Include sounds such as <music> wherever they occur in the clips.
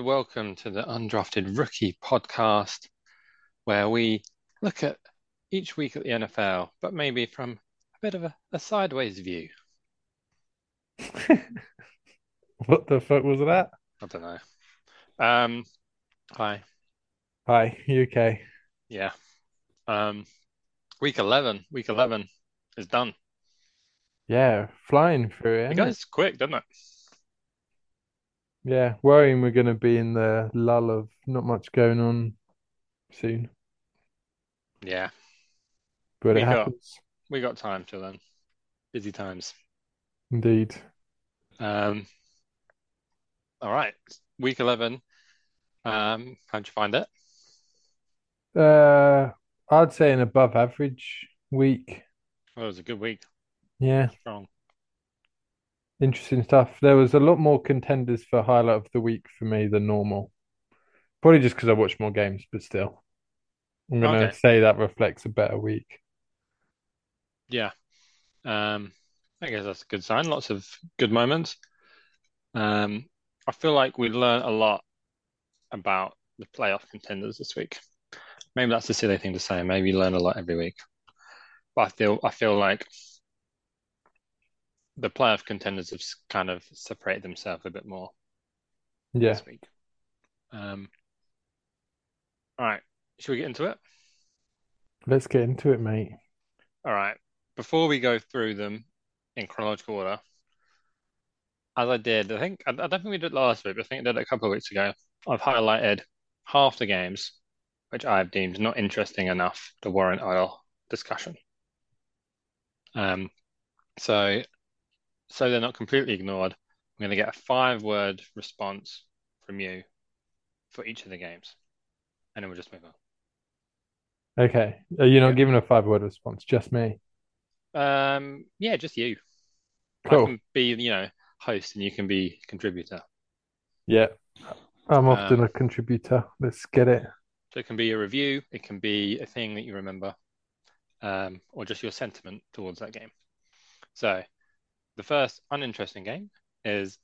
welcome to the Undrafted Rookie podcast, where we look at each week at the NFL, but maybe from a bit of a, a sideways view. What the fuck was that? I don't know. Um, hi, Hi, <laughs> UK. yeah. Um, week eleven, week eleven is done. Yeah, flying through It it, innit? goes quick, doesn't it? Yeah, worrying we're going to be in the lull of not much going on soon, Yeah, but it We got- happens. we got time till then. Busy times. Indeed. Um, all right, week eleven. Um, how'd you find it? Uh, I'd say an above average week. Well, it was a good week. Yeah, Strong. interesting stuff. There was a lot more contenders for highlight of the week for me than normal. Probably just because I watched more games, but still. I'm going to Okay. say that reflects a better week. Yeah. Um, I guess that's a good sign. Lots of good moments. Um, I feel like we learned a lot about the playoff contenders this week. Maybe that's a silly thing to say. Maybe you learn a lot every week. But I feel I feel like the playoff contenders have s- kind of separated themselves a bit more Yeah. this week. Um, all right. Should we get into it? Let's get into it, mate. All right. Before we go through them in chronological order, as I did, I think I, I don't think we did last week, but I think I did it a couple of weeks ago. I've highlighted half the games which I have deemed not interesting enough to warrant our discussion. Um, so so they're not completely ignored. I'm going to get a five-word response from you for each of the games, and then we'll just move on. Okay. Are you Yeah. not giving a five word response? Just me. Um, yeah, just you. I Cool. can be, you know, host and you can be contributor. Yeah. I'm Um, often a contributor. Let's get it. So it can be a review, it can be a thing that you remember, um, or just your sentiment towards that game. So the first uninteresting game is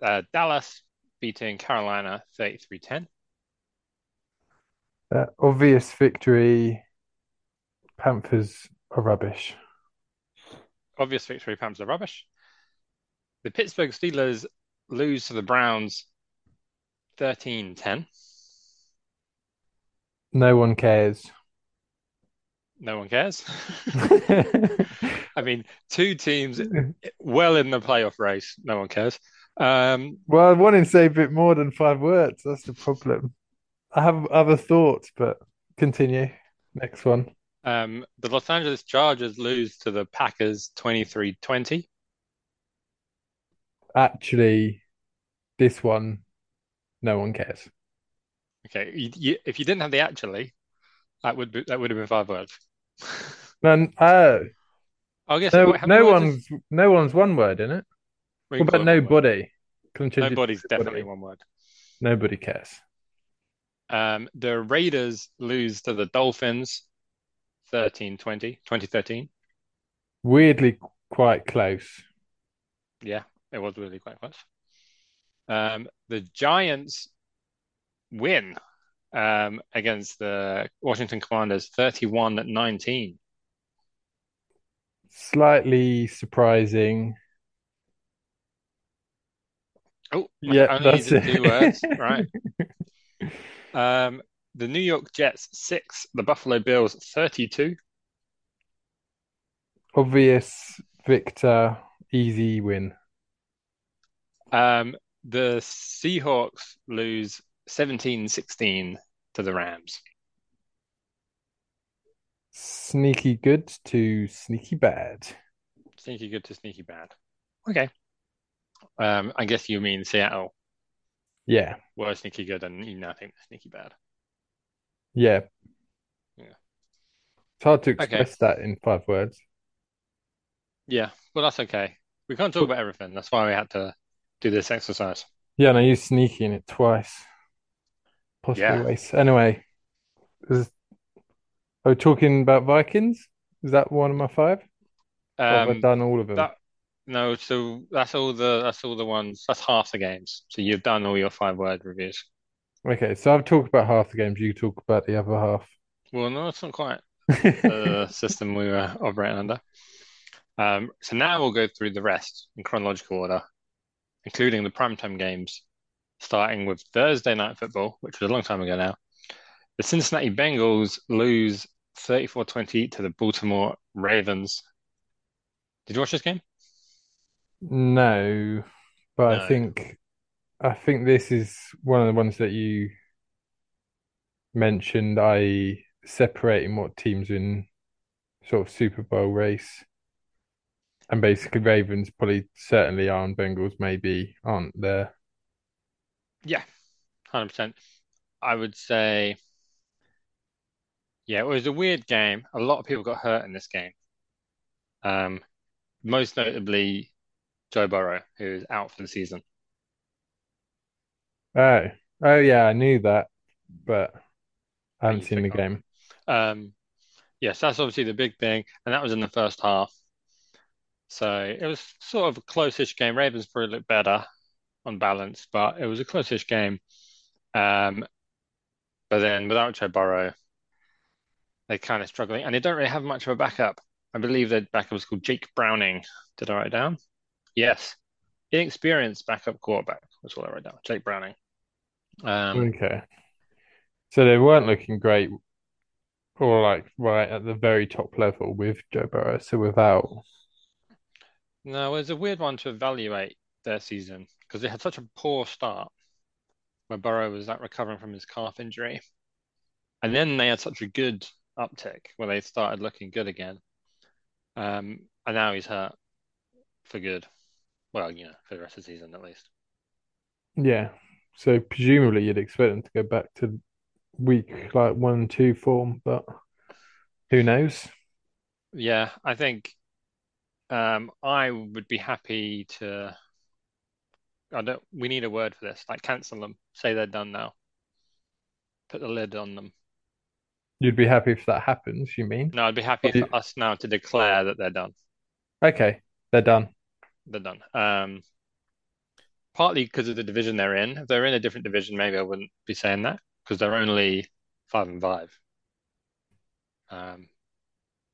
uh, Dallas beating Carolina 33-10. Uh, obvious victory. Panthers are rubbish. Obvious victory, Pamps are rubbish. The Pittsburgh Steelers lose to the Browns 13-10. No one cares. No one cares. <laughs> I mean, two teams well in the playoff race. No one cares. Um, Well, I wanted to say a bit more than five words. That's the problem. I have other thoughts, but continue. Next one. Um, the Los Angeles Chargers lose to the Packers 23-20. Actually, this one, no one cares. Okay, you, you, if you didn't have the actually, that would be, that would have been five words. <laughs> No, uh, I guess no, what- how many no words is- one's no one's one word in it. we What can call about it one word. nobody? Contingent- Nobody's definitely nobody. one word. Nobody cares. Um, the Raiders lose to the Dolphins 13-20, 2013. Weirdly, quite close. Yeah, it was really quite close. Um, the Giants win um, against the Washington Commanders 31-19. Slightly surprising. Oh, I Yeah, only that's needed it. two words. <laughs> Right. Um, the New York Jets six, the Buffalo Bills thirty-two. Obvious victor, easy win. Um, the Seahawks lose 17-16 to the Rams. Sneaky good to sneaky bad. Sneaky good to sneaky bad. Okay. Um, I guess you mean Seattle Yeah, were sneaky good and you now think they're sneaky bad. yeah. Yeah. It's hard to Okay. express that in five words. Yeah, well that's okay. We can't talk about everything. That's why we had to do this exercise. Yeah, and I used sneaky in it twice. Possibly Yeah. waste. Anyway, is, are we talking about Vikings? Is that one of my five? Or have I Um, done all of them? that No, so that's all the that's all the ones. That's half the games. So you've done all your five word reviews. Okay, so I've talked about half the games. You talk about the other half. Well, no, that's not quite the system we were operating under. Um, so now we'll go through the rest in chronological order, including the primetime games, starting with Thursday night football, which was a long time ago now. The Cincinnati Bengals lose 34-20 to the Baltimore Ravens. Did you watch this game? <laughs> No, but I No. think I think this is one of the ones that you mentioned, i.e., separating what teams are in sort of Super Bowl race. And basically, Ravens probably certainly are, and Bengals maybe aren't there. Yeah, 100%. I would say, yeah, it was a weird game. A lot of people got hurt in this game. Um, most notably Joe Burrow, who is out for the season. Oh, oh yeah, I knew that, but I But haven't you seen the forgot. game. Um, yes, that's obviously the big thing, and that was in the first half. So it was sort of a close-ish game. Ravens probably looked better on balance, but it was a close-ish game. Um, but then without Joe Burrow, they're kind of struggling, and they don't really have much of a backup. I believe their backup was called Jake Browning. Did I write it down? Yes, inexperienced backup quarterback. That's what I wrote down. Jake Browning. Um, Okay, so they weren't looking great, or like right at the very top level with Joe Burrow. So without, no, it was a weird one to evaluate their season because they had such a poor start. where Burrow was like recovering from his calf injury. And then they had such a good uptick where they started looking good again. Um, and now he's hurt for good. Well, you know, for the rest of the season at least. yeah, so presumably you'd expect them to go back to week like one, two form, but who knows? Yeah, I think um, I would be happy to. I don't. We need a word for this. Like cancel them. Say they're done now. Put the lid on them. You'd be happy if that happens, you mean? No, I'd be happy Or for you- us now to declare that they're done. Okay, they're done. They're done. Um, partly because of the division they're in. If they're in a different division, maybe I wouldn't be saying that because they're only five and five. Um,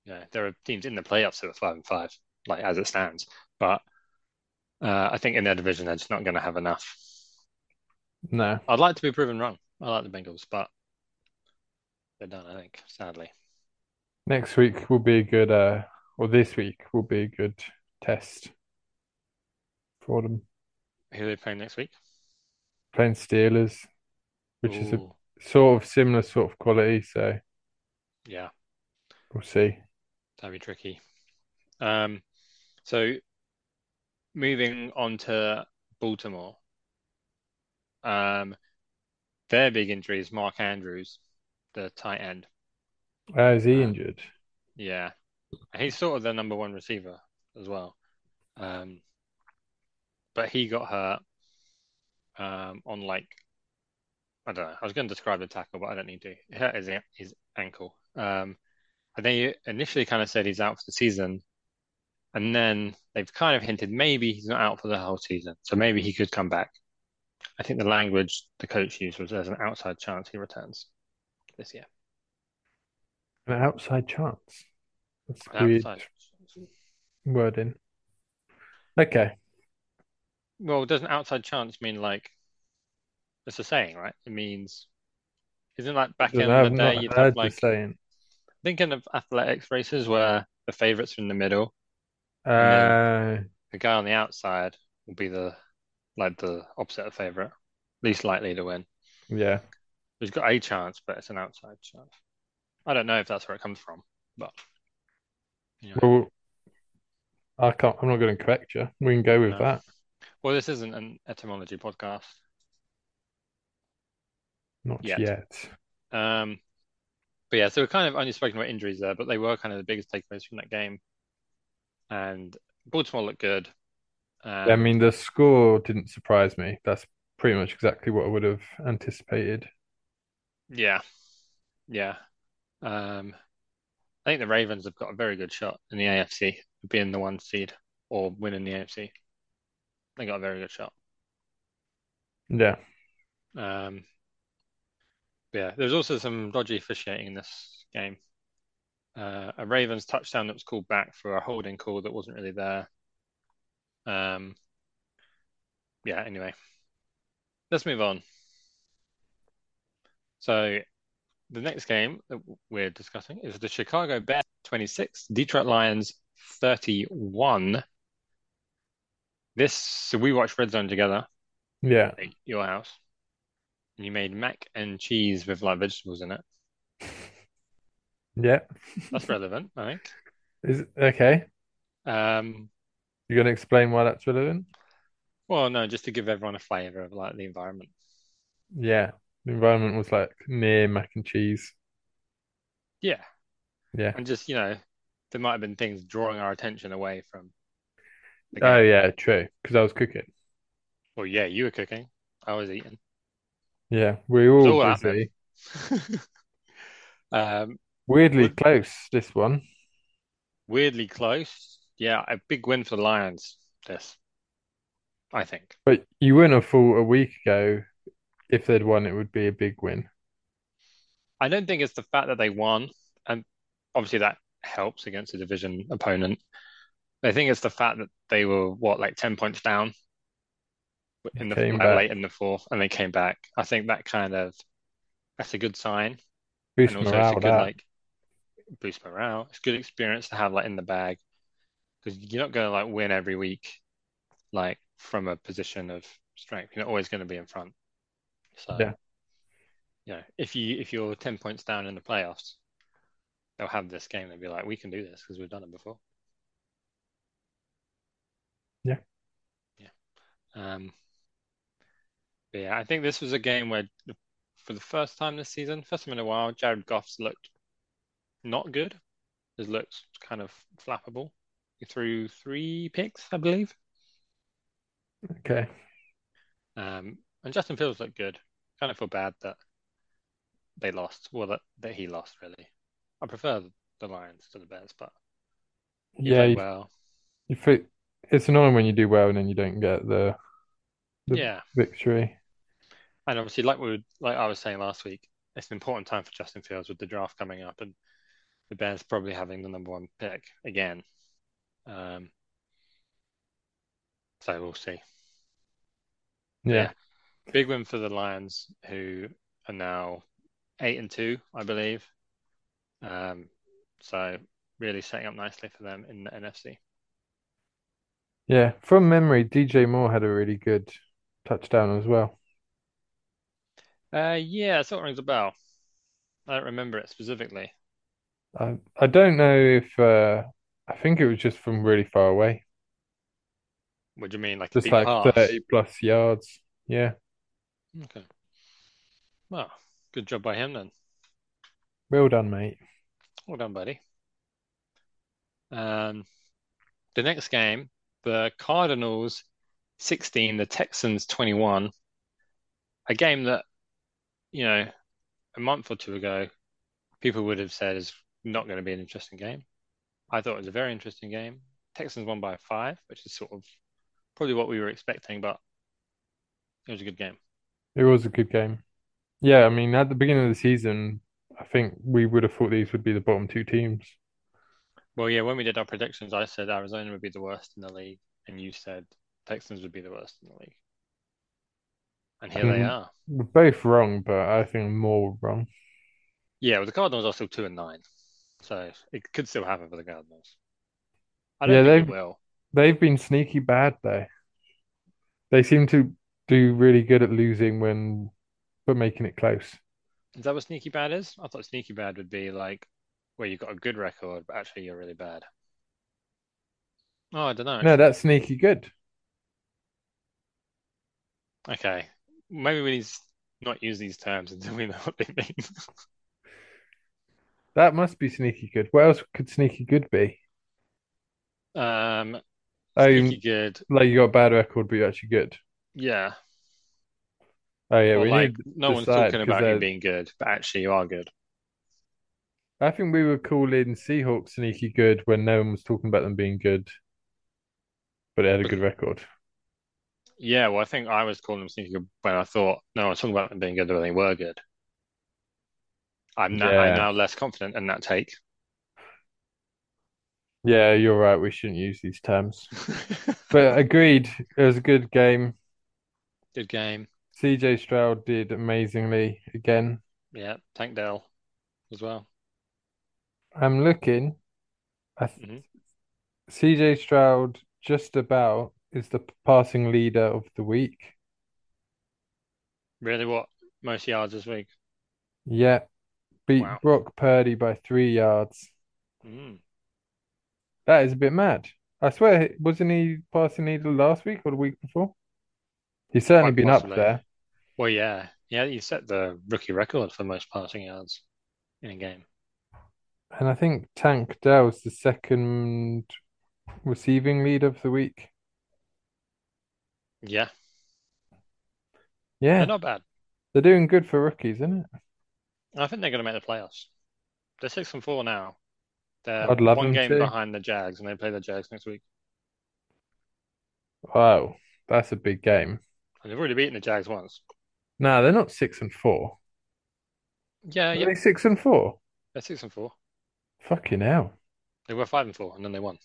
yeah, there are teams in the playoffs that are five and five, like as it stands. But uh, I think in their division, they're just not going to have enough. No. I'd like to be proven wrong. I like the Bengals, but they're done, I think, sadly. Next week will be a good uh or this week will be a good test for them. Who are they playing next week? Playing Steelers, which is a Ooh, sort of similar sort of quality, so yeah, we'll see. that'd be tricky. Um, so moving on to Baltimore. Um, their big injury is Mark Andrews, the tight end. Uh, is he Uh, injured? yeah, And he's sort of their number one receiver as well. Um, but he got hurt um, on like I don't know. I was going to describe the tackle, but I don't need to. He hurt his his ankle. Um, and they initially kind of said he's out for the season, and then they've kind of hinted maybe he's not out for the whole season, so maybe he could come back. I think the language the coach used was there's an outside chance he returns this year. An outside chance. That's An weird outside. wording. Okay. Well, doesn't outside chance mean like it's a saying, right? It means isn't like I back don't know, in the I've day not you'd have heard the like saying. thinking of athletics races where the favorites are in the middle and then Uh the guy on the outside will be the like the opposite of favorite, least likely to win. yeah. He's got a chance, but it's an outside chance. I don't know if that's where it comes from, but you know. Well I can't I'm not gonna correct you. We can go with No. that. Well, this isn't an etymology podcast Not yet. yet. Um, but yeah, so we're kind of only spoken about injuries there, but they were kind of the biggest takeaways from that game. And Baltimore looked good. I Um, mean, the score didn't surprise me. That's pretty much exactly what I would have anticipated. yeah, yeah. Um, I think the Ravens have got a very good shot in the AFC of being the one seed. or winning the AFC. They got a very good shot. Yeah. Um, but yeah, there was also some dodgy officiating in this game. Uh, a Ravens touchdown that was called back for a holding call that wasn't really there. Um, yeah, anyway, let's move on. So, the next game that we're discussing is the Chicago Bears 26, Detroit Lions 31. This, so we watched Red Zone together Yeah. at your house, and you made mac and cheese with like vegetables in it. Yeah. That's relevant, I think. Is okay. Um, You're gonna explain why that's relevant? well, no, just to give everyone a flavor of like the environment. Yeah. The environment was like near mac and cheese. Yeah, Yeah. and just you know, there might have been things drawing our attention away from the Oh game. yeah, true. Because I was cooking. Well, yeah, you were cooking. I was eating. Yeah. We're It's all all happening. busy. Um, Weirdly would- close, this one. weirdly close. Yeah, a big win for the Lions. This, I think. But you wouldn't have thought a week ago if they'd won it would be a big win. I don't think it's the fact that they won, and obviously that helps against a division opponent. I think it's the fact that they were what, like ten points down It in the came like back, late in the fourth, and they came back. I think that kind of that's a good sign, and boost also it's a morale good that. like boost morale. It's a good experience to have like in the bag because you're not going to like win every week like from a position of strength. You're not always going to be in front. So Yeah. you know if you if you're ten points down in the playoffs. they'll have this game. They'll be like, we can do this because we've done it before. Yeah. Yeah. Um, but yeah, I think this was a game where, for the first time this season, first time in a while, Jared Goff's looked not good. His looks kind of flappable. He threw three picks, I believe. Okay. Um, and Justin Fields looked good. Kind of feel bad that they lost. Well, that, that he lost, really. I prefer the Lions to the Bears, but he Yeah, played you, well. you feel it's annoying when you do well and then you don't get the the Yeah. victory. And obviously, like we were, like I was saying last week, it's an important time for Justin Fields with the draft coming up and the Bears probably having the number one pick again. Um, so we'll see. But Yeah. yeah, big win for the Lions, who are now eight and two, I believe. Um, so really setting up nicely for them in the NFC. Yeah, from memory, DJ Moore had a really good touchdown as well. Uh, yeah, it sort of rings a bell. I don't remember it specifically. I I don't know if uh I think it was just from really far away, What do you mean, like a just deep like pass? 30 plus yards. Yeah, Okay. Well, good job by him then. well done, mate. Well done, buddy. Um, The next game, the Cardinals 16, the Texans 21, a game that, you know, a month or two ago, people would have said is not going to be an interesting game. I thought it was a very interesting game. Texans won by five, which is sort of probably what we were expecting, but it was a good game. It was a good game. Yeah, I mean, at the beginning of the season, I think we would have thought these would be the bottom two teams. Well, yeah, when we did our predictions, I said Arizona would be the worst in the league, and you said Texans would be the worst in the league. And here they And are. we're both wrong, but I think more wrong. Yeah, well, the Cardinals are still two and nine, so it could still happen for the Cardinals. I don't Yeah, think it they've will. they've been sneaky bad though. They seem to do really good at losing when but making it close. Is that what sneaky bad is? I thought sneaky bad would be like where you've got a good record, but actually you're really bad. Oh, I don't know No, actually. that's sneaky good. Okay, maybe we need to not use these terms <laughs> until we know what they mean. <laughs> That must be sneaky good. What else could sneaky good be? Um, Oh, sneaky good, like you got a bad record, but you're actually good. yeah, Oh yeah, or we like need no to one's decide talking because about you they're. being good, but actually you are good. I think we were calling Seahawks sneaky good when no one was talking about them being good. but they had a But good record. yeah, well, I think I was calling them thinking of when I thought, no, I was talking about them being good, but they were good. I'm now, I'm Yeah. now less confident in that take. <laughs> Yeah, you're right. We shouldn't use these terms. But agreed, it was a good game. Good game. CJ Stroud did amazingly again. Yeah, Tank Dell as well. I'm looking. I th hmm CJ Stroud just about is the passing leader of the week. Really, what most yards this week? Yeah, beat Wow. Brock Purdy by three yards. Mm. That is a bit mad. I swear, wasn't he passing leader last week or the week before? He's certainly Quite been up possibly. there. Well, yeah, yeah. You set the rookie record for most passing yards in a game. And I think Tank Dell's the second receiving leader of the week. Yeah, they're Yeah, not bad. they're doing good for rookies, isn't it? I think they're going to make the playoffs. They're six and four now. They're I'd love one them game to. behind the Jags, and they play the Jags next week. Wow, that's a big game. And they've already beaten the Jags once. No, they're not six and four. Uh, Yeah, Are yep. they six and four? They're six and four. Fucking hell. They were five and four, and then they won.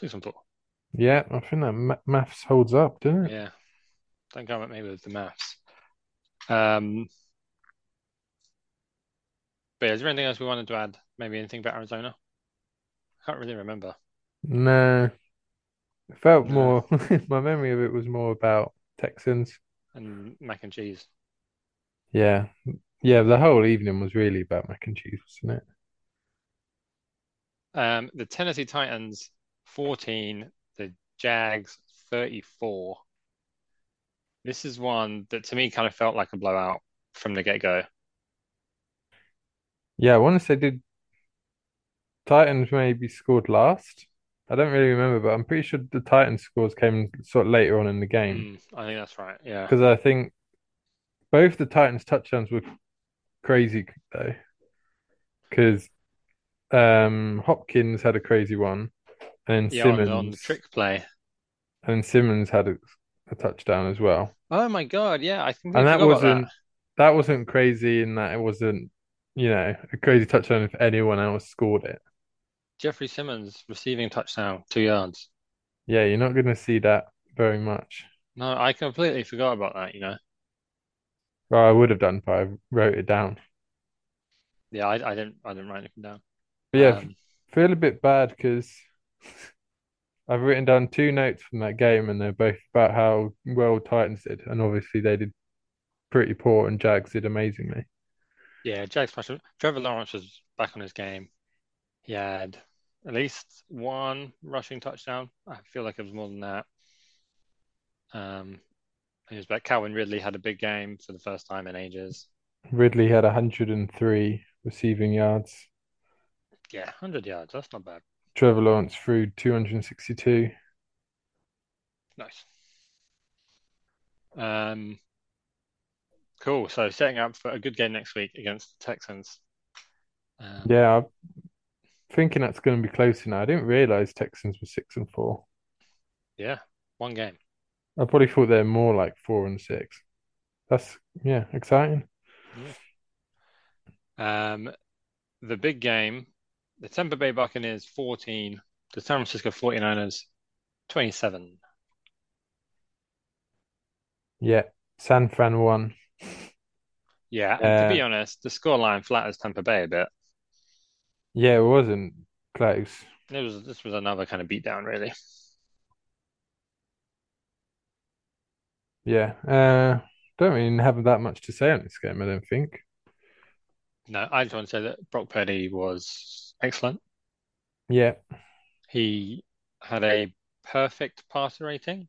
Six and four. Yeah, I think that ma maths holds up, doesn't it? Yeah, don't come at me with the maths. Um, but yeah, is there anything else we wanted to add? Maybe anything about Arizona? I can't really remember. No, it felt No, more. <laughs> My memory of it was more about Texans. and mac and cheese. Yeah, yeah. The whole evening was really about mac and cheese, wasn't it? Um, the Tennessee Titans 14, the Jags 34. This is one that to me kind of felt like a blowout from the get-go. Yeah, I want to say did Titans maybe scored last? I don't really remember, but I'm pretty sure the Titans scores came sort of later on in the game Mm, I think that's right. Yeah. because I think both the Titans touchdowns were crazy though because um, Hopkins had a crazy one and then Yeah, on the on the Simmons. trick play. And then Simmons had a, a touchdown as well. Oh my God, yeah, I completely And that forgot about that. wasn't that wasn't crazy in that it wasn't, you know, a crazy touchdown if anyone else scored it. Jeffrey Simmons receiving touchdown, two yards. Yeah, you're not gonna see that very much. No, I completely forgot about that, you know. Well, I would have done if I wrote it down. Yeah, I, I didn't I didn't write anything down. But yeah, f- Um, feel a bit bad because <laughs> I've written down two notes from that game and they're both about how well Titans did. And obviously they did pretty poor and Jags did amazingly. yeah, Jags smashed him. Trevor Lawrence was back on his game. He had at least one rushing touchdown. I feel like it was more than that. Um, he was back. Calvin Ridley had a big game for the first time in ages. Ridley had 103 receiving yards. Yeah, 100 yards. That's not bad. Trevor Lawrence threw 262. Nice. Um, cool. So setting up for a good game next week against the Texans. Um, Yeah, I'm thinking that's going to be closer now. I didn't realize Texans were six and four. yeah, one game. I probably thought they're more like four and six. That's, yeah, exciting. Yeah. Um, the big game, the Tampa Bay Buccaneers 14, the San Francisco 49ers 27. Yeah, San Fran won. Yeah, and to Uh, be honest, the scoreline flatters Tampa Bay a bit. yeah, it wasn't close. It was this was another kind of beatdown, really. Yeah, uh, don't really have that much to say on this game, I don't think. No, I just want to say that Brock Purdy was excellent. Yeah, He had a perfect passer rating,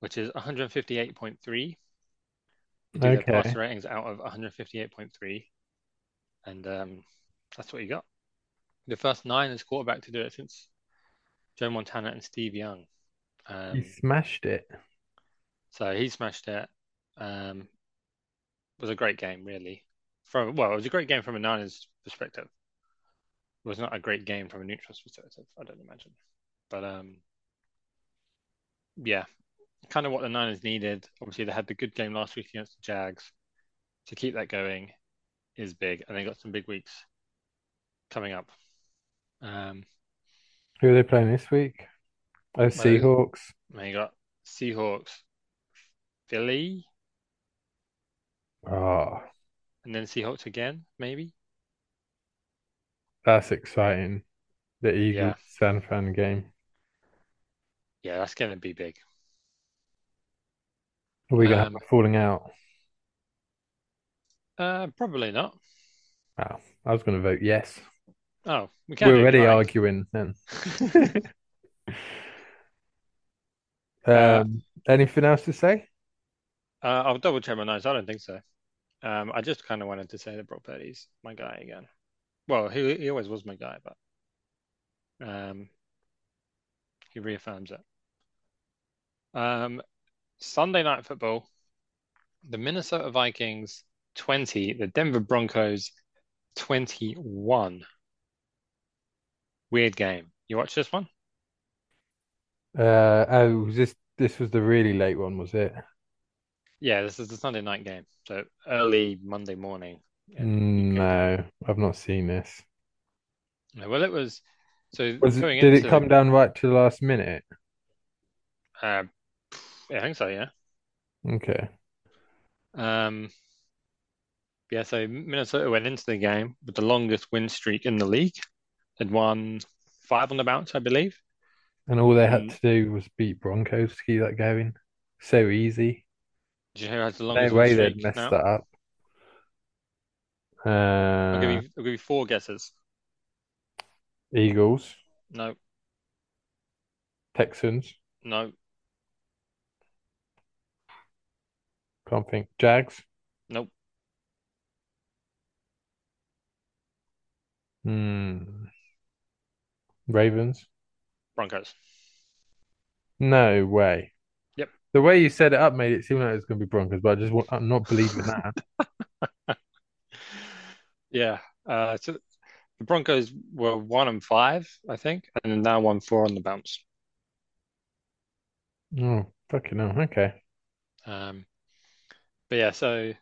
which is 158.3. They do their passer okay. ratings out of 158.3, and um, that's what he got. The first Niners quarterback to do it since Joe Montana and Steve Young. He Um, smashed it. so he smashed it. Um, was a great game, really. From well, it was a great game from a Niners perspective. It was not a great game from a neutral's perspective, I don't imagine. But um, yeah, kind of what the Niners needed. Obviously, they had the good game last week against the Jags. To keep that going is big, and they got some big weeks coming up. Um, Who are they playing this week? Oh, Seahawks. they got Seahawks, Philly, Ah, and then Seahawks again, maybe. that's exciting. The Eagles Yeah. San Fran game. Yeah, that's going to be big. Are we gonna have Um, a falling out? Uh, probably not. Wow, I was gonna vote yes. Oh, we can We're do, already right. arguing then. <laughs> Uh, Um, anything else to say? Uh, I'll double check my notes. I don't think so. Um, I just kind of wanted to say that Brock Purdy's my guy again. Well, he he always was my guy, but um, he reaffirms it. Um, Sunday night football, the Minnesota Vikings 20, the Denver Broncos 21. Weird game. You watch this one? Uh, oh, was this this was the really late one, was it? Yeah, this is the Sunday night game. So early Monday morning. Yeah. Hmm. No, I've not seen this. Well, it was so Was it, going did it into come down right to the last minute? Uh, yeah, I think so, yeah. Okay. Um, yeah, so Minnesota went into the game with the longest win streak in the league. They'd won five on the bounce, I believe. And all they had Mm. to do was beat Broncos to keep that going. So easy. Do you know who has the No longest win way they'd streak mess now? that up. I'll give Uh, you, I'll give you four guesses. Eagles, No, Texans, no, can't think. Jags. nope. Hmm. Ravens. Broncos. No way. Yep. The way you set it up made it seem like it was going to be Broncos, but I just want, I'm not believing <laughs> that. Yeah. Uh, so the Broncos were one and five, I think, and now won four on the bounce. Oh, fucking hell. Okay. Um, but yeah, so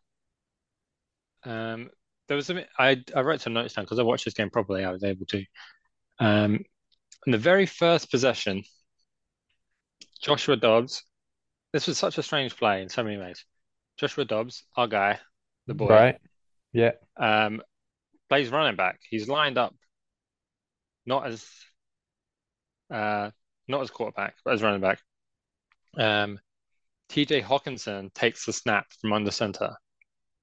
um, there was some. I I wrote some notes down because I watched this game properly. I was able to. Um, in the very first possession, Joshua Dobbs. This was such a strange play in so many ways. Joshua Dobbs, our guy, the boy, Right. Yeah. um, plays running back. He's lined up not as uh, not as quarterback, but as running back. Um, TJ Hawkinson takes the snap from under center,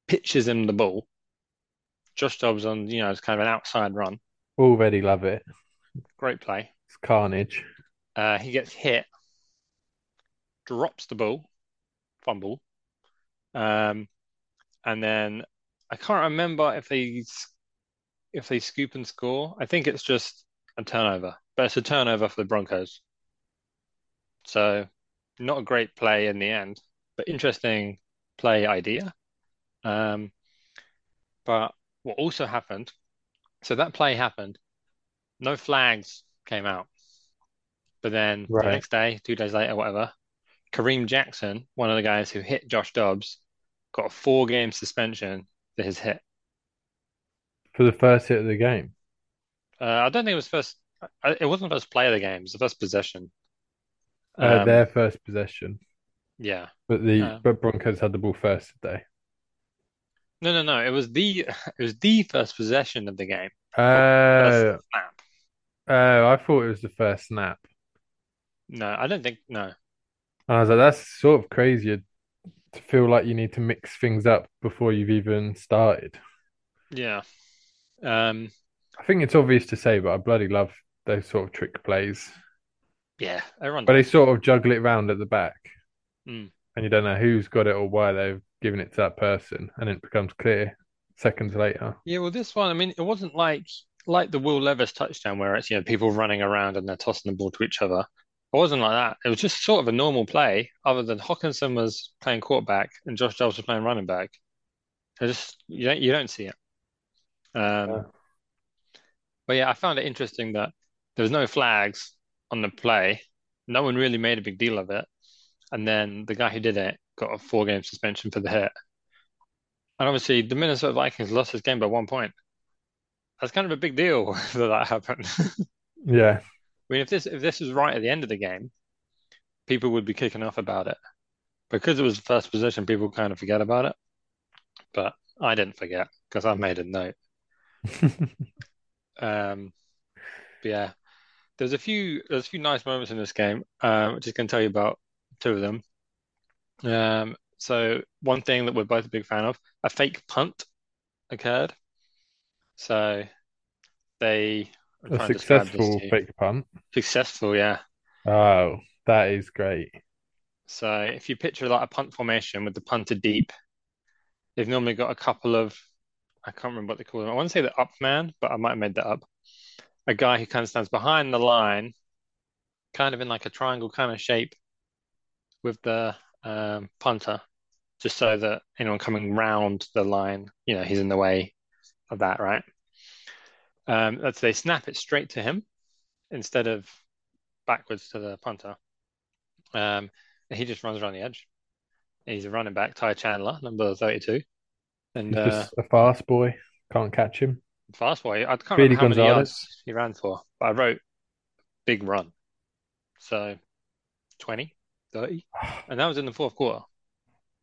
pitches him the ball. Josh Dobbs on, you know, it's kind of an outside run. Already love it. Great play. It's carnage. Uh, he gets hit, drops the ball, fumble. Um, and then I can't remember if they s- if they scoop and score. I think it's just a turnover, but it's a turnover for the Broncos. So not a great play in the end, but interesting play idea. Um, but what also happened, so that play happened, no flags came out. But then the Right. next day, two days later, whatever, Kareem Jackson, one of the guys who hit Josh Dobbs, got a four game suspension for his hit. For the first hit of the game. Uh, I don't think it was first, I- it wasn't the first play of the game, it was the first possession. Uh, Um, their first possession. yeah. But the Uh. but Broncos had the ball first today. No, no, no. It was the <laughs> it was the first possession of the game. First Oh, snap. oh, I thought it was the first snap. No, I don't think no. I was like, that's sort of crazy to feel like you need to mix things up before you've even started. Yeah. Um, I think it's obvious to say, but I bloody love those sort of trick plays. yeah, everyone But they does. sort of juggle it round at the back, Mm. and you don't know who's got it or why they've given it to that person, and it becomes clear seconds later. Yeah, well, this one, I mean, it wasn't like like the Will Levis touchdown where it's, you know, people running around and they're tossing the ball to each other. It wasn't like that. It was just sort of a normal play, other than Hawkinson was playing quarterback and Josh Dobbs was playing running back. I just you don't you don't see it. Um, Yeah. But yeah, I found it interesting that there was no flags on the play. No one really made a big deal of it. And then the guy who did it got a four game suspension for the hit. And obviously, the Minnesota Vikings lost this game by one point. That's kind of a big deal <laughs> that that happened. I Yeah. <laughs> mean, if this if this was right at the end of the game, people would be kicking off about it. Because it was first position, people kind of forget about it. But I didn't forget because I made a note. Um, but yeah, there's a few there's a few nice moments in this game. Um, I'm just going to tell you about two of them. Um, so one thing that we're both a big fan of, a fake punt occurred. So they, I'm A trying to describe this successful to you. fake punt. Successful, yeah. Oh, that is great. So if you picture like a punt formation with the punter deep, they've normally got a couple of, I can't remember what they call them. I want to say the up man, but I might have made that up. A guy who kind of stands behind the line, kind of in like a triangle kind of shape with the um, punter, just so that anyone coming round the line, you know, he's in the way of that, right? Um, that's they snap it straight to him instead of backwards to the punter. Um, and he just runs around the edge. He's a running back, Ty Chandler, number 32. And He's uh, just a fast boy. Can't catch him. fast way, I can't Speedy remember how many Gonzalez. yards he ran for, but I wrote big run. So 20, <sighs> 30. And that was in the fourth quarter.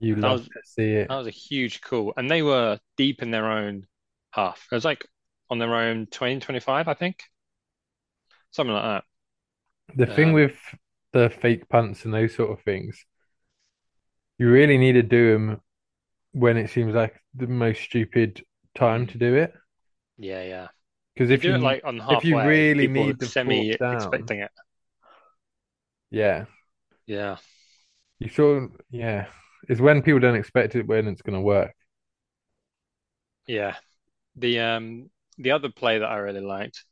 You That love was- to see it. That was a huge call. And they were deep in their own half. It was like on their own 20, 25, I think. Something like that. The thing Um, with the fake punts and those sort of things, you really need to do them when it seems like the most stupid time to do it. Yeah, yeah. Because If if you do you, it like on if you halfway, really people need the are semi fourth down. expecting it. yeah, Yeah. you sort of, yeah, it's when people don't expect it when it's going to work. Yeah. The um the other play that I really liked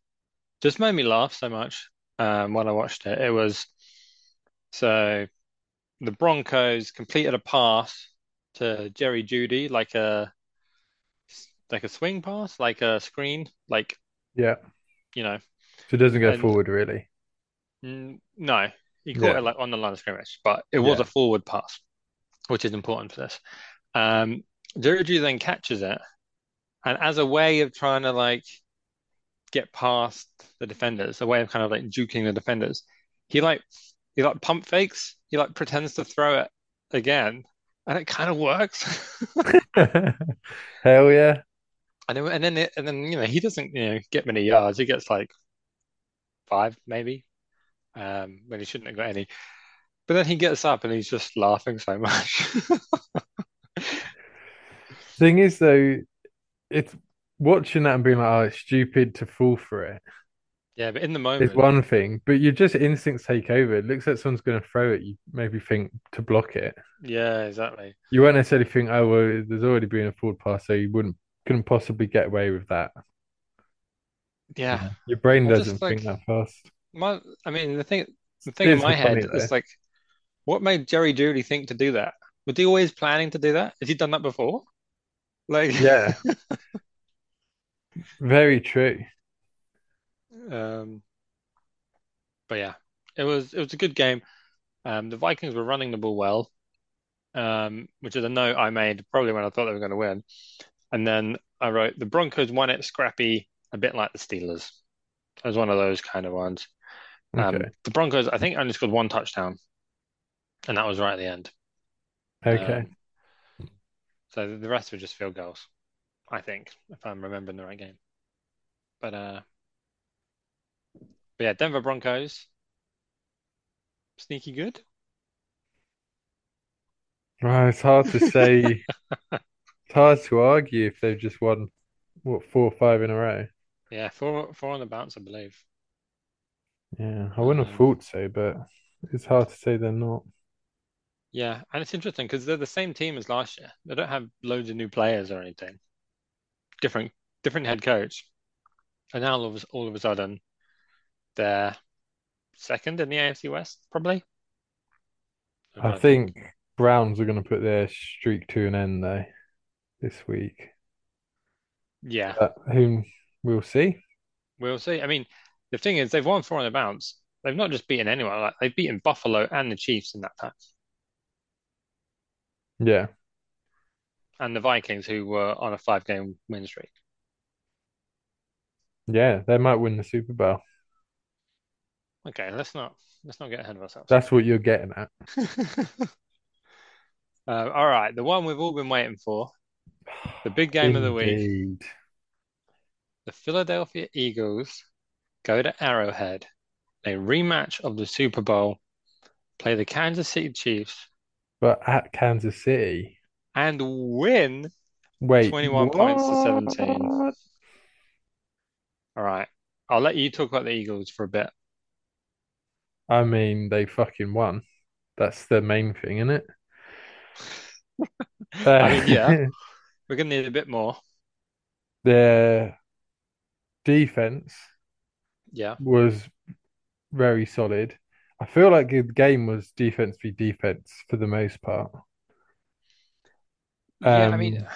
just made me laugh so much um when I watched it. It was so the Broncos completed a pass to Jerry Judy, like a like a swing pass, like a screen, like Yeah, you know, so it doesn't go And- forward really. <laughs> n- Mm, no, he caught Yeah. it like on the line of scrimmage, but it was Yeah. a forward pass, which is important for this. Um, Jerry Judy then catches it, and as a way of trying to like get past the defenders, a way of kind of like juking the defenders. He like he like pump fakes. He like pretends to throw it again, and it kind of works. <laughs> Hell yeah, And then, and then it, and then you know he doesn't you know get many yards. He gets like five maybe, um, when he shouldn't have got any. But then he gets up and he's just laughing so much. <laughs> thing is though, it's watching that and being like, oh, it's stupid to fall for it. Yeah, but in the It's moment, one thing, but you just instincts take over. It looks like someone's going to throw it. You maybe think to block it. yeah, exactly. You won't necessarily think, oh well, there's already been a forward pass, so you wouldn't couldn't possibly get away with that. Yeah, Your brain Well, just doesn't like- think that fast. my I mean the thing the thing in It's my funny, head though. is like, what made Jerry Judy think to do that? Was he always planning to do that? Has he done that before? Like, <laughs> Yeah, very true. um, but yeah, it was it was a good game. Um, the Vikings were running the ball well, um, which is a note I made probably when I thought they were going to win. And then I wrote the Broncos won it scrappy, a bit like the Steelers. It was one of those kind of ones. Um, Okay, the Broncos, I think, only scored one touchdown, and that was right at the end. okay. Um, so the rest were just field goals, I think, if I'm remembering the right game. But uh, but yeah, Denver Broncos, sneaky good. Well, it's hard to say. <laughs> It's hard to argue if they've just won what four or five in a row. Yeah, four four on the bounce, I believe. Yeah, I wouldn't have Um, thought so, but it's hard to say they're not. Yeah, and it's interesting because they're the same team as last year. They don't have loads of new players or anything. Different different head coach, and now all of a, all of a sudden they're second in the AFC West, probably. I think Browns are going to put their streak to an end though this week. Yeah, But whom we'll see. we'll see. I mean, the thing is, they've won four on the bounce. They've not just beaten anyone; like they've beaten Buffalo and the Chiefs in that time. Yeah. and the Vikings, who were on a five game win streak. Yeah. They might win the Super Bowl. Okay, let's not let's not get ahead of ourselves. That's what you're getting at. <laughs> Uh, all right, the one we've all been waiting for, the big game of the week, Indeed. the Philadelphia Eagles go to Arrowhead, a rematch of the Super Bowl, play the Kansas City Chiefs, But at Kansas City. and win Wait, 21 points to 17. what? All right, I'll let you talk about the Eagles for a bit. I mean, they fucking won. That's the main thing, isn't it? Uh, I mean, <laughs> yeah, we're gonna need a bit more. their defense Yeah, was very solid. I feel like the game was defense v defense for the most part. yeah. I mean, Um,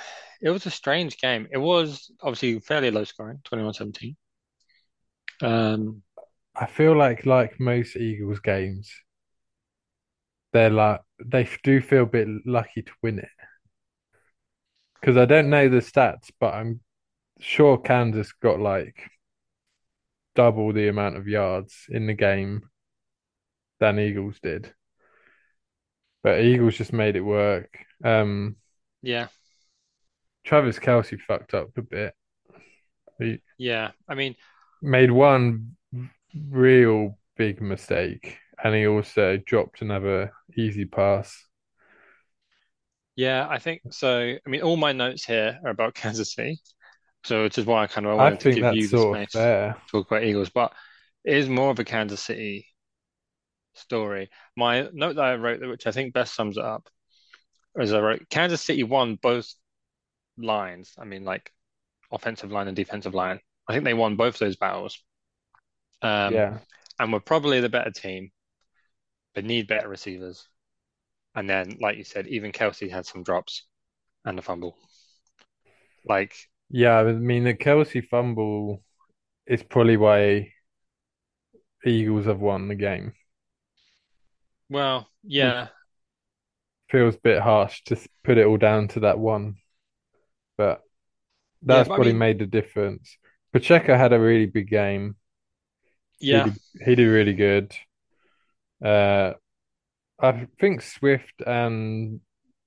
it was a strange game. It was obviously fairly low scoring, 21-17. Um, I feel like like most Eagles games, they're like they f- do feel a bit lucky to win it because I don't know the stats, but I'm sure Kansas got like double the amount of yards in the game than Eagles did. But Eagles just made it work. Um, yeah. Travis Kelsey fucked up a bit. He Yeah, I mean, made one real big mistake, and he also dropped another easy pass. yeah, I think so. I mean, all my notes here are about <laughs> Kansas City, so which is why I kind of I wanted to think give you that's the sort of space to fair. talk about Eagles, but it is more of a Kansas City story. My note that I wrote, which I think best sums it up, is I wrote Kansas City won both lines. I mean, like offensive line and defensive line. I think they won both those battles, um, Yeah, and were probably the better team, but need better receivers. And then, like you said, even Kelsey had some drops and a fumble. Like, yeah. I mean, the Kelsey fumble is probably why Eagles have won the game, well, which yeah, feels a bit harsh to put it all down to that one, but. yeah, That's but I probably mean, made the difference. Pacheco had a really big game. He yeah, did he did really good. Uh, I think Swift and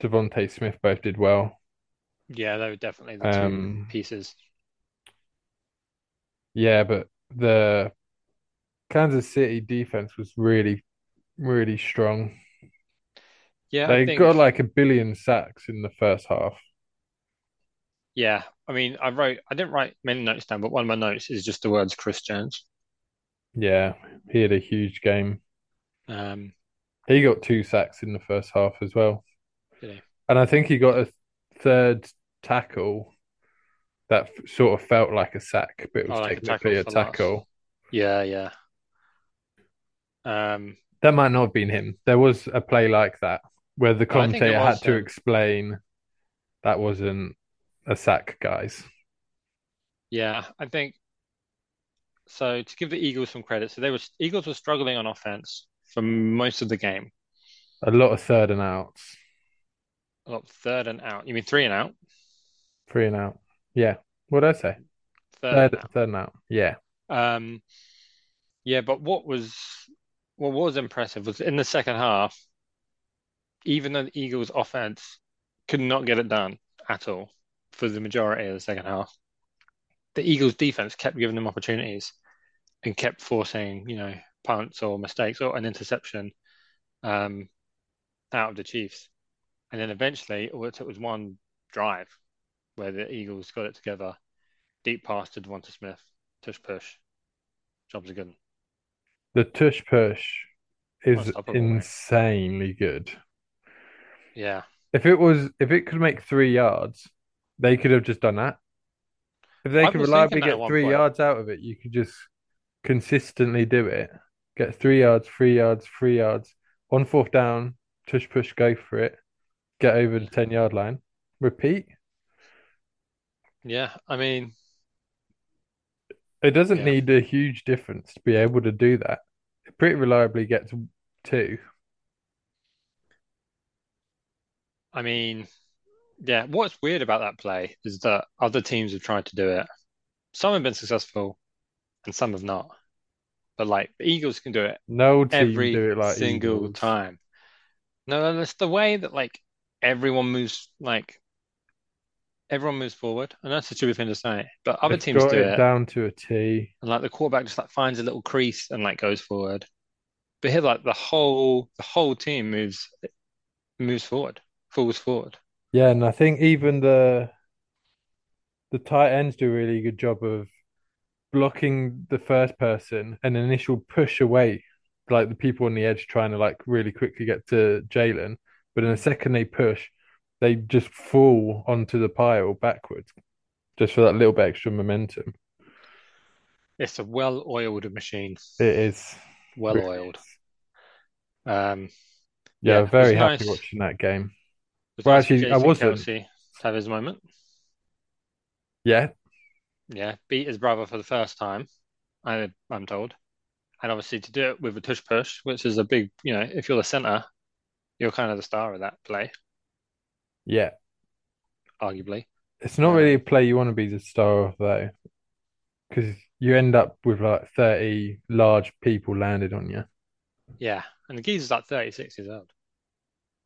Devontae Smith both did well. yeah, they were definitely the two Um, pieces. yeah, but the Kansas City defense was really, really strong. Yeah, I They got think, like a billion sacks in the first half. yeah, I mean, I wrote, I didn't write many notes down, but one of my notes is just the words Chris Jones. Yeah, he had a huge game. Um, He got two sacks in the first half as well, you know, and I think he got a third tackle. that f- sort of felt like a sack, but it oh, was like a tackle technically a for loss. tackle. Yeah, yeah. Um, That might not have been him. There was a play like that where no, the I think it commentator was had to him. explain that wasn't a sack, guys. Yeah, I think so. To give the Eagles some credit, so they were Eagles were struggling on offense for most of the game. A lot of third and outs, A lot of third and out. You mean three and out? three and out. Yeah. What did I say? Third and Third, out. third and out. Yeah. Um, yeah, but what was what was impressive was in the second half, even though the Eagles' offense could not get it done at all for the majority of the second half, the Eagles' defense kept giving them opportunities and kept forcing, you know, punts or mistakes or an interception um, out of the Chiefs. And then eventually, all it took was one drive where the Eagles got it together, deep pass to Devonta Smith, tush push, jobs are good, The tush push is unstoppable, mate. insanely good. Yeah. If it was, if it could make three yards, they could have just done that. If they I could was thinking reliably that at get one three point. yards out of it, you could just consistently do it. Get three yards, three yards, three yards. On fourth down, tush push, go for it. Get over the 10 yard line. Repeat. Yeah. I mean, It doesn't yeah. need a huge difference to be able to do that. It pretty reliably gets two. I mean, yeah, what's weird about that play is that other teams have tried to do it. Some have been successful and some have not. But like the Eagles can do it No team every do it like single Eagles. time. No, no, that's the way that like everyone moves like everyone moves forward. And that's a stupid thing to say. But other They've teams got do it it down to a T. and like the quarterback just like finds a little crease and like goes forward. But here like the whole the whole team moves moves forward, falls forward. Yeah, and I think even the the tight ends do a really good job of blocking the first person an initial push away, like the people on the edge trying to like really quickly get to Jalen. But in a second they push, they just fall onto the pile backwards just for that little bit extra momentum. It's a well-oiled machine, It is really well-oiled. is. Um, Yeah, yeah, it was very happy nice. watching that game. It was Well, nice for actually, I Jason wasn't. Kelsey to have his moment. Yeah, Yeah, beat his brother for the first time, I, I'm told. And obviously to do it with a tush push, which is a big, you know, if you're the center, you're kind of the star of that play, yeah. arguably. It's not really Um, a play you want to be the star of though, because you end up with like 30 large people landed on you. yeah, and the geezer's like 36 years old.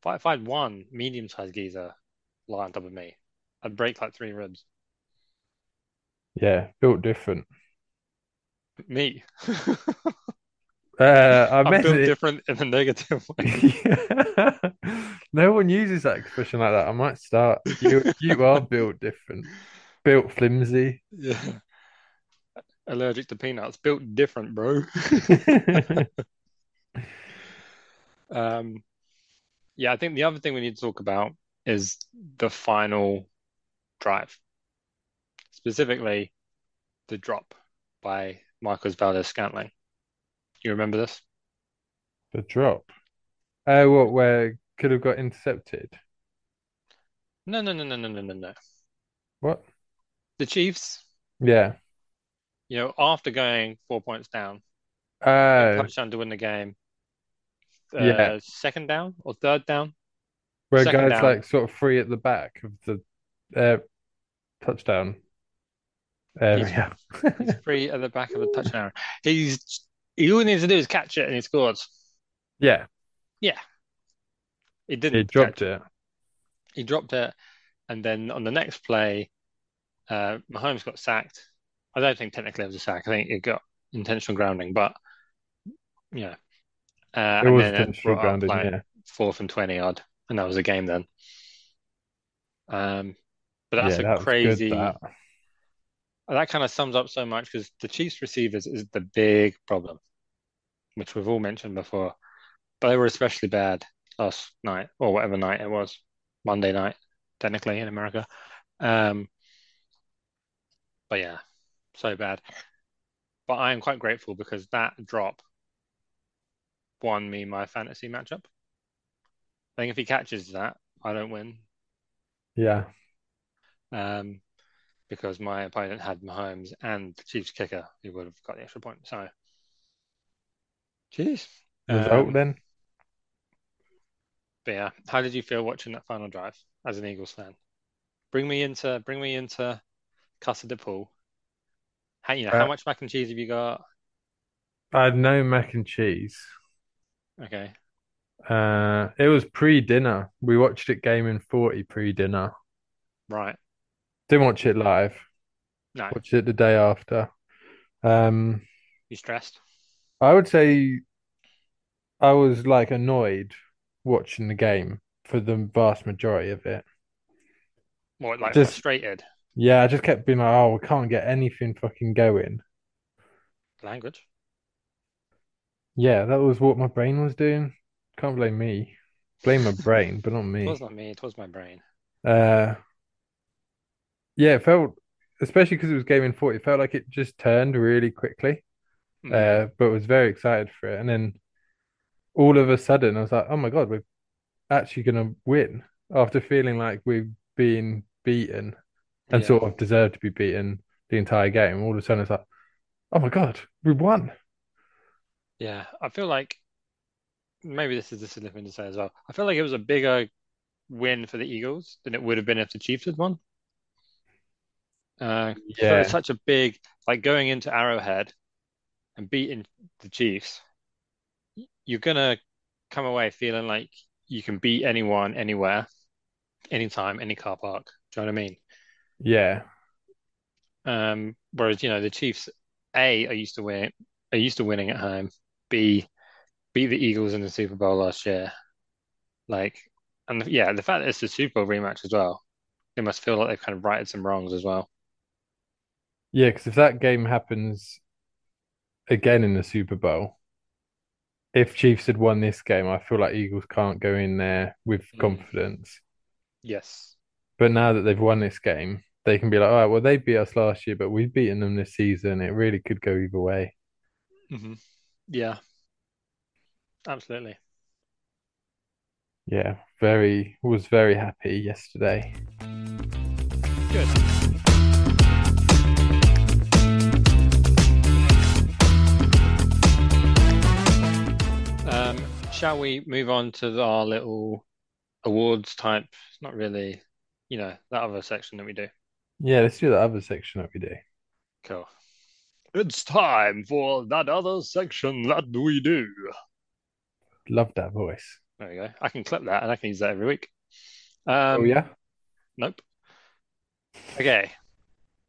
If I, if I had one medium-sized geezer lie on top of me, I'd break like three ribs. Yeah, built different. Me, <laughs> Uh, I I'm meant built it. different in a negative <laughs> way. No one uses that expression like that. I might start. You you are built different, built flimsy. <laughs> Yeah. Allergic to peanuts, built different, bro. <laughs> Um, yeah, I think the other thing we need to talk about is the final drive, specifically the drop by Marcus Valdes-Scantling. You remember this? The drop. Oh, what? Where could have got intercepted? No, no, no, no, no, no, no, no. What? The Chiefs, Yeah. you know, after going four points down, a Oh, touchdown to win the game, yeah. uh, second down or third down, Where second guys down. like sort of free at the back of the uh, touchdown He's area. <laughs> he's free at the back of the touchdown. area. He's he all he needs to do is catch it and he scores. Yeah, Yeah, he he didn't dropped catch it. it. He dropped it. And then on the next play, uh, Mahomes got sacked. I don't think technically it was a sack. I think it got intentional grounding, but yeah. Uh, It and was then it intentional brought up grounding. like Yeah, fourth and 20 odd, and that was a game then. Um, but that's yeah, a that was good. That. crazy, that kind of sums up so much because the Chiefs receivers is the big problem, which we've all mentioned before, but they were especially bad last night or whatever night it was, Monday night, technically in America. Um, but yeah, so bad. But I am quite grateful because that drop won me my fantasy matchup. I think if he catches that, I don't win Yeah, um, because my opponent had Mahomes and the Chiefs kicker who would have got the extra point. So, jeez. result Um, then. but yeah, how did you feel watching that final drive as an Eagles fan? Bring me into bring me into Casa de Pool. How you know how Uh, much mac and cheese have you got? I had no mac and cheese. Okay, Uh, it was pre-dinner. We watched it game in 40 pre-dinner. right. Didn't watch it live. No, Watched it the day after. Um, you stressed. I would say I was like annoyed watching the game for the vast majority of it. More I like just, frustrated yeah, I just kept being like, oh, we can't get anything fucking going. language. Yeah, that was what my brain was doing. Can't blame me. Blame my brain, but not It was me. not me, it was my brain. Uh, yeah, it felt, especially because it was game in 40, it felt like it just turned really quickly. Mm. Uh, but was very excited for it. And then all of a sudden, I was like, oh my God, we're actually going to win after feeling like we've been beaten and Yeah. sort of deserved to be beaten the entire game. All of a sudden, it's like, oh my God, we won. Yeah. I feel like maybe this is the silly thing to say as well. I feel like it was a bigger win for the Eagles than it would have been if the Chiefs had won. Uh, so it's Yeah. such a big, like going into Arrowhead and beating the Chiefs, y- you're gonna come away feeling like you can beat anyone, anywhere, anytime, any car park. Do you know what I mean? Yeah. Um, whereas, you know, the Chiefs, A, are used to win, are used to winning at home. B, beat the Eagles in the Super Bowl last year. Like, and yeah, the fact that it's a Super Bowl rematch as well, it must feel like they've kind of righted some wrongs as well. Yeah, because if that game happens again in the Super Bowl, if Chiefs had won this game, I feel like Eagles can't go in there with Mm. confidence. Yes. But now that they've won this game, they can be like, all right, well, they beat us last year, but we've beaten them this season. It really could go either way. hmm Yeah, absolutely. Yeah, very, was very happy yesterday. Good. Um, shall we move on to the- our little awards type? It's not really, you know, that other section that we do. Yeah, let's do the other section that we do. Cool. It's time for that other section that we do. Love that voice. There we go. I can clip that and I can use that every week. Oh, Um, yeah. nope. Okay,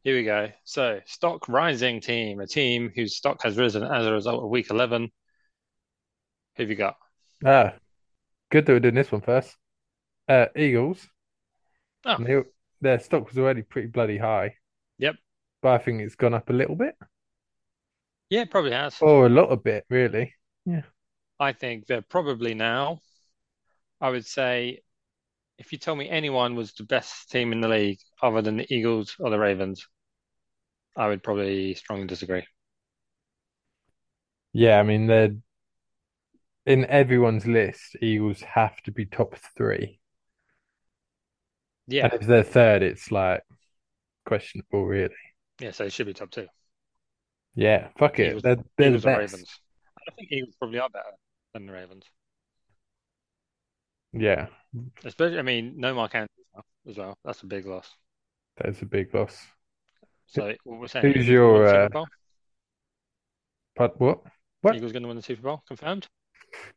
here we go. So, stock rising team, a team whose stock has risen as a result of week 11. Who've you got? Ah, good that we're doing this one first. Uh, Eagles, Oh, they, their stock was already pretty bloody high, yep. but I think it's gone up a little bit Yeah, probably has. or a lot of bit, really. Yeah. I think they're probably now. I would say if you told me anyone was the best team in the league other than the Eagles or the Ravens, I would probably strongly disagree. Yeah, I mean, they're in everyone's list, Eagles have to be top three. And Yeah. if they're third, it's like questionable, really. Yeah, so it should be top two. Yeah, fuck it. Eagles, They're they're the Eagles or best. Ravens. I think Eagles probably are better than the Ravens. Yeah, Especially, I mean, no Mark Andrews now as well. That's a big loss. that's a big loss. Who- So what we're saying, Eagles Who's going to win your the Super uh Bowl. but what? What? Eagles going to win the Super Bowl. Confirmed.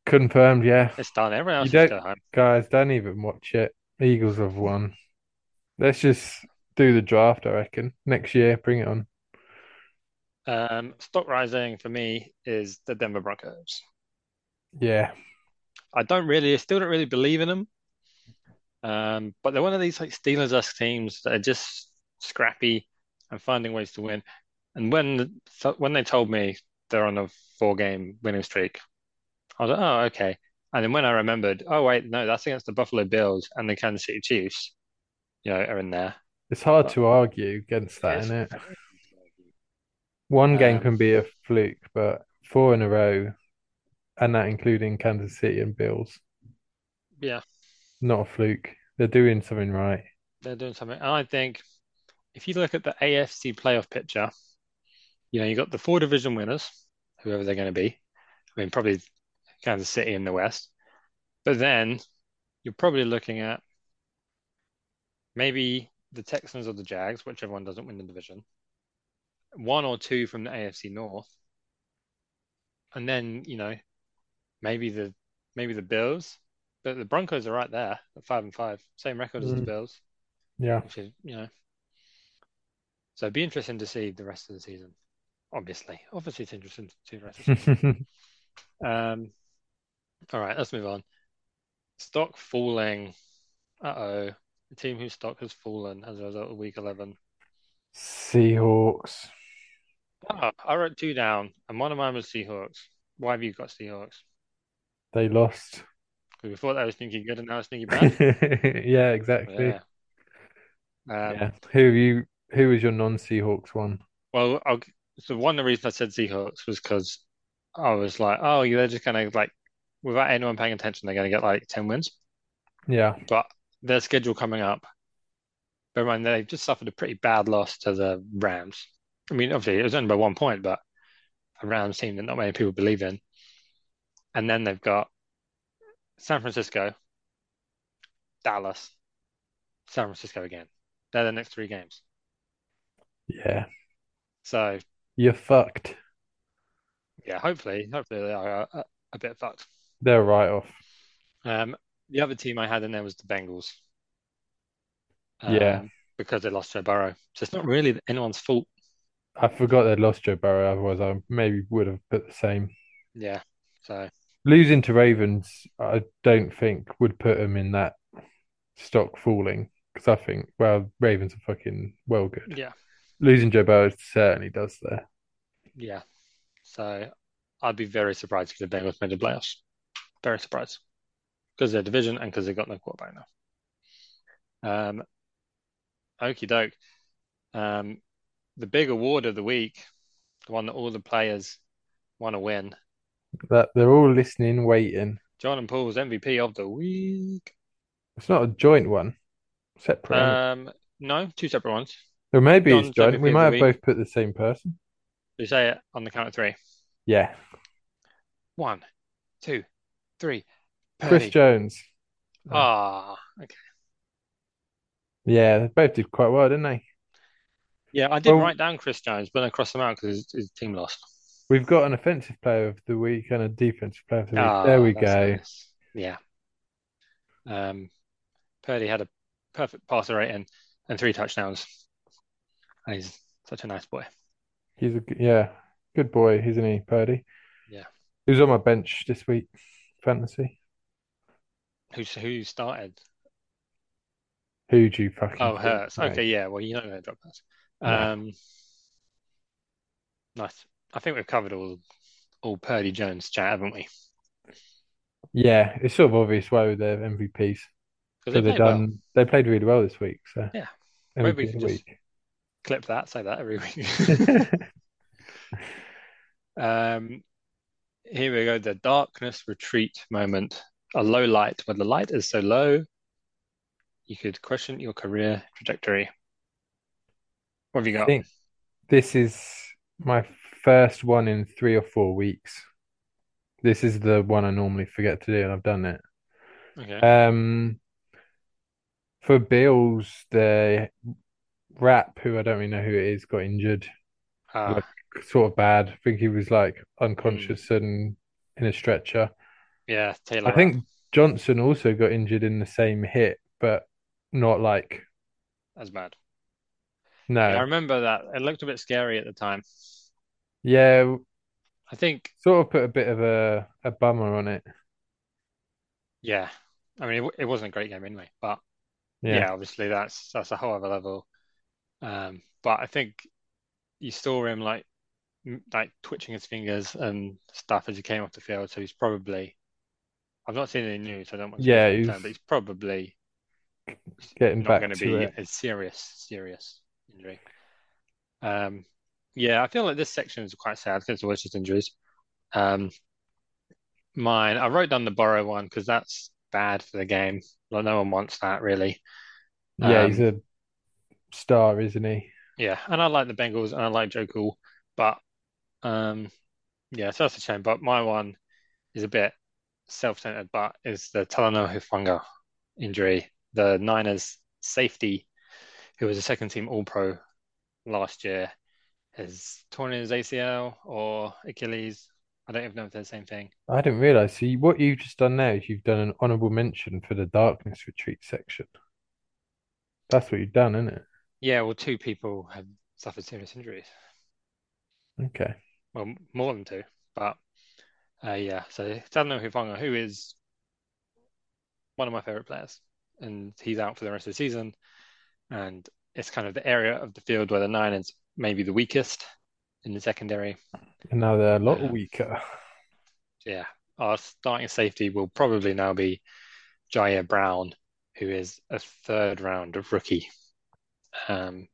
Confirmed, yeah. It's done. Everyone You else needs to don't go home. guys, don't even watch it. Eagles have won. Let's just do the draft, I reckon. Next year, bring it on. Um, stock rising for me is the Denver Broncos. Yeah. I don't really, I still don't really believe in them. Um, but they're one of these like Steelers-esque teams that are just scrappy and finding ways to win. And when so when they told me they're on a four-game winning streak, I was like, oh, okay. And then when I remembered, oh wait, no, that's against the Buffalo Bills and the Kansas City Chiefs, you know, are in there. It's hard But to argue against that, it's isn't it? very unlikely. One game um, can be a fluke, but four in a row, and that including Kansas City and Bills, yeah, not a fluke. They're doing something right. they're doing something. And I think if you look at the AFC playoff picture, you know, you got the four division winners, whoever they're going to be. I mean, probably Kansas City in the West. But then you're probably looking at maybe the Texans or the Jags, whichever one doesn't win the division, one or two from the AFC North, and then you know maybe the maybe the Bills, but the Broncos are right there at five and five, same record as the Mm. Bills, Yeah. <laughs> which is you know so it'd be interesting to see the rest of the season. Obviously, obviously it's interesting to see the rest of <laughs> the season. Um, all right, let's move on. Stock falling. Uh-oh, the team whose stock has fallen as a result of Week 11. Seahawks. Oh, I wrote two down, and one of mine was Seahawks. Why have you got Seahawks? They lost. Because we thought they were sneaky good and now they're sneaky bad. <laughs> Yeah, exactly. Yeah. Um, Yeah. Who have you who was your non-Seahawks one? well, I'll, so one of the reasons I said Seahawks was because I was like, oh, yeah, they're just going to, like, without anyone paying attention, they're going to get like 10 wins. Yeah. But their schedule coming up, bear in mind, they've just suffered a pretty bad loss to the Rams. I mean, obviously, it was only by one point, but a Rams team that not many people believe in. And then they've got San Francisco, Dallas, San Francisco again. They're the next three games. Yeah, So you're fucked. yeah, hopefully, hopefully they are a, a bit fucked. They're right off. Um, the other team I had in there was the Bengals, Yeah, um, because they lost Joe Burrow. So it's not really anyone's fault. I forgot they lost Joe Burrow. Otherwise, I maybe would have put the same. Yeah. So Losing to Ravens, I don't think would put them in that stock falling because I think, well, Ravens are fucking well good. yeah, Losing Joe Burrow certainly does there. yeah. So I'd be very surprised if the Bengals made the playoffs. Very surprised because their division and because they got no quarterback now. Um, okie doke. Um, the big award of the week, the one that all the players want to win. That they're all listening, waiting. John and Paul's MVP of the week. It's not a joint one, separate. isn't it? Um, no, two separate ones. Or maybe it's John's joint. MVP We of might the have week. both put the same person. We say it on the count of three. Yeah, One, two, three. Chris Purdy. Jones. Oh, Ah, okay. yeah, they both did quite well, didn't they? Yeah, I did Well, write down Chris Jones, but I crossed him out because his, his team lost. we've got an offensive player of the week and a defensive player of the week. There Ah, we that's go. nice. Yeah. Um, Purdy had a perfect passer rating and three touchdowns, and he's such a nice boy. He's a g- yeah, good boy, isn't he, Purdy? Yeah. He was on my bench this week, fantasy. Who's who started? Who do you fucking Oh, think, Hurts. mate? Okay, yeah. Well, you know they drop Hurts. No. Um, nice. I think we've covered all all Purdy Jones chat, haven't we? Yeah, it's sort of obvious why they're MVPs Because they because they've played well. done they played really well this week, so Yeah. Maybe we MVP of the can just week. clip that, say that every week. <laughs> Um, here we go. The darkness retreat moment. A low light. When the light is so low, you could question your career trajectory. What have you I got? think this is my first one in three or four weeks. This is the one I normally forget to do, and I've done it. Okay. Um, for Bills, the Rap, who I don't really know who it is, got injured. Ah, Like sort of bad. I think he was like mm, unconscious and in a stretcher. yeah, I Taylor Rapp. think Johnson also got injured in the same hit, but not like That's bad. Yeah, I no. remember that. It looked a bit scary at the time. Yeah, I think, sort of put a bit of a, a bummer on it. yeah. I mean, it, w- it wasn't a great game anyway, but Yeah. yeah, obviously that's that's a whole other level. Um, but I think you saw him like m- like twitching his fingers and stuff as he came off the field. So he's probably I've not seen any news. I don't want to Yeah, speak out of turn, he but was he's probably getting not going back to to be it. a serious serious injury. Um, yeah, I feel like this section is quite sad because it's always just injuries. Um, mine I wrote down the borrow one because that's bad for the game. Like no one wants that really. Yeah, he's Um, a star, isn't he? yeah, and I like the Bengals and I like Joe Cool, but um, yeah, so that's a shame. But my one. is a bit self-centered, but is the Talanoa Hufanga injury, the Niners safety, who was a second team All-Pro last year, has torn his ACL or Achilles. I don't even know if they're the same thing. I didn't realize. So you, what you've just done now is you've done an honorable mention for the darkness retreat section. That's what you've done, isn't it? Yeah, well, two people have suffered serious injuries. Okay. Well, more than two, but uh, yeah. So Talanoa Hufanga, who is one of my favorite players, and he's out for the rest of the season. and it's kind of the area of the field where the Niners may be the weakest in the secondary. And now they're a lot Um, weaker. so yeah, our starting safety will probably now be Jair Brown, who is a third round of rookie, um,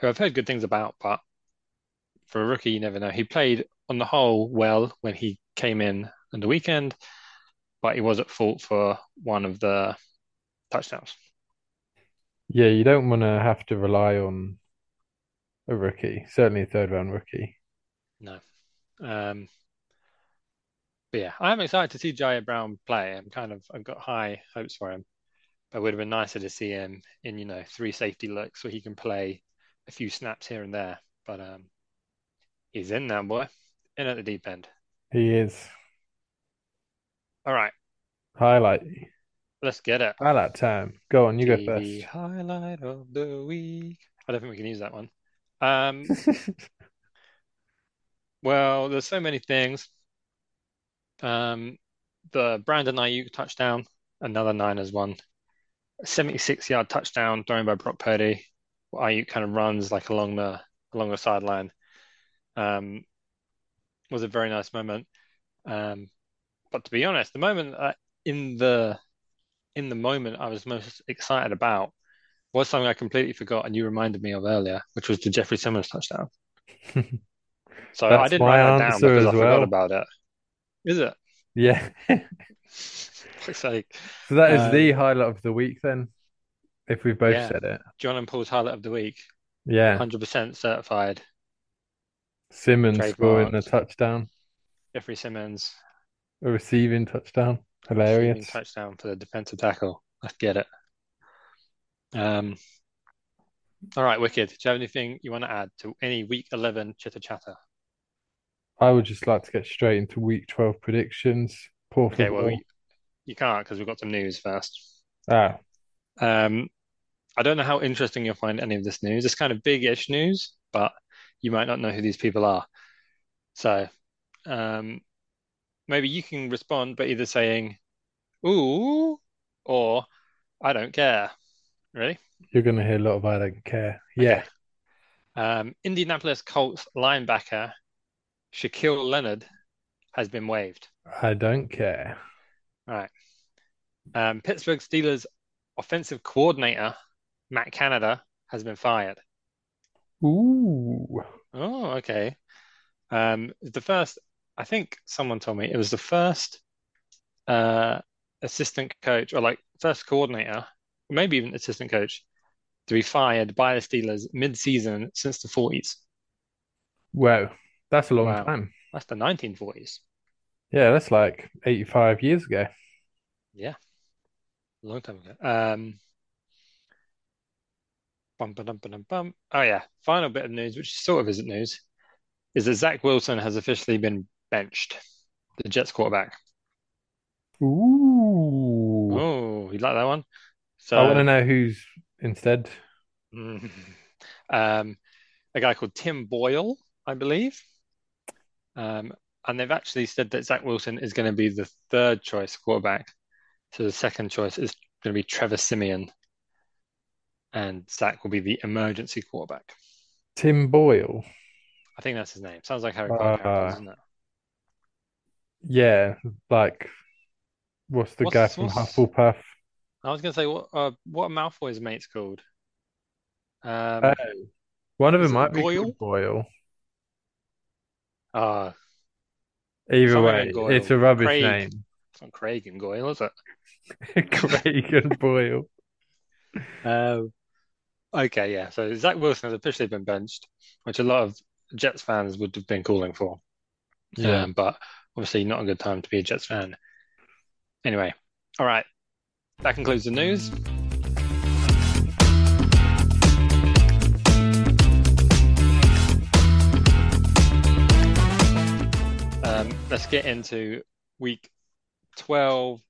who I've heard good things about, but for a rookie, you never know. He played on the whole well when he came in on the weekend, but he was at fault for one of the touchdowns. Yeah, you don't want to have to rely on a rookie, certainly a third round rookie. No. Um, But yeah, I'm excited to see Jaya Brown play. I'm kind of I've got high hopes for him. But it would have been nicer to see him in, you know, three safety looks so he can play a few snaps here and there. But um, he's in now, boy, in at the deep end. He is. All right, Highlight. let's get it. Highlight time. Go on, you go TV highlight of the week. I don't think we can use that one. Um, <laughs> first. well, there's so many things. Um, the Brandon Ayuk touchdown, another Niners one. 76 yard touchdown thrown by Brock Purdy. Ayuk kind of runs like along the along the sideline. Um, was a very nice moment. Um, but to be honest, the moment uh, in the in the moment I was most excited about was something I completely forgot and you reminded me of earlier, which was the Jeffrey Simmons <laughs> touchdown. So I That's didn't my write that down answer because as I forgot well. about it. Is it? Yeah. <laughs> For sake. So that is the Um, highlight of the week then, if we've both yeah, said it. John and Paul's highlight of the week, Yeah. 100% certified, Simmons scoring a trademarked, touchdown, Jeffrey Simmons a receiving touchdown. receiving Hilarious. touchdown for the defensive tackle. Let's get it. Um, all right, Wicked. Do you have anything you want to add to any Week 11 chitter chatter? I would just like to get straight into week 12 predictions. Por Okay, well, favor. you, you can't because we've got some news first. Ah, Um, I don't know how interesting you'll find any of this news. It's kind of big-ish news, but you might not know who these people are. So, um, maybe you can respond by either saying, ooh, or I don't care. Ready? you're going to hear a lot of I don't care. Yeah. Okay. Um, Indianapolis Colts linebacker Shaquille Leonard has been waived. I don't care. All right. Um, Pittsburgh Steelers offensive coordinator Matt Canada has been fired. Ooh. Oh, okay. Um, it's the first, I think someone told me it was the first uh, assistant coach or like first coordinator, maybe even assistant coach, to be fired by the Steelers mid-season since the 40s. Wow. That's a long Wow, time. that's the 1940s. Yeah, that's like 85 years ago. Yeah, a long time ago. Um, bum, ba, dum, ba, dum, bum. Oh yeah, final bit of news, which sort of isn't news, is that Zach Wilson has officially been benched, the Jets quarterback. Ooh. Oh, you like that one? I want to So, know who's instead. mm, <laughs> um, a guy called Tim Boyle, I believe. Um, and they've actually said that Zach Wilson is going to be the third choice quarterback. So the second choice is going to be Trevor Simeon, and Zach will be the emergency quarterback. Tim Boyle. I think that's his name. Sounds like Harry Potter character, Uh, doesn't it? yeah, like what's the guy What's from what's? Hufflepuff? I was going to say what uh, what are Malfoy's mate's called? Uh, Um, one of them is it might be called Goyle? Boyle. Ah, Either something and way, it's Goyle. a rubbish Craig. name. It's not Craig and Goyle, is it? <laughs> Craig and Boyle. Um, okay, yeah. So Zach Wilson has officially been benched, which a lot of Jets fans would have been calling for. Yeah. Um, but obviously not a good time to be a Jets fan. Anyway, all right, that concludes the news. Um, let's get into week 12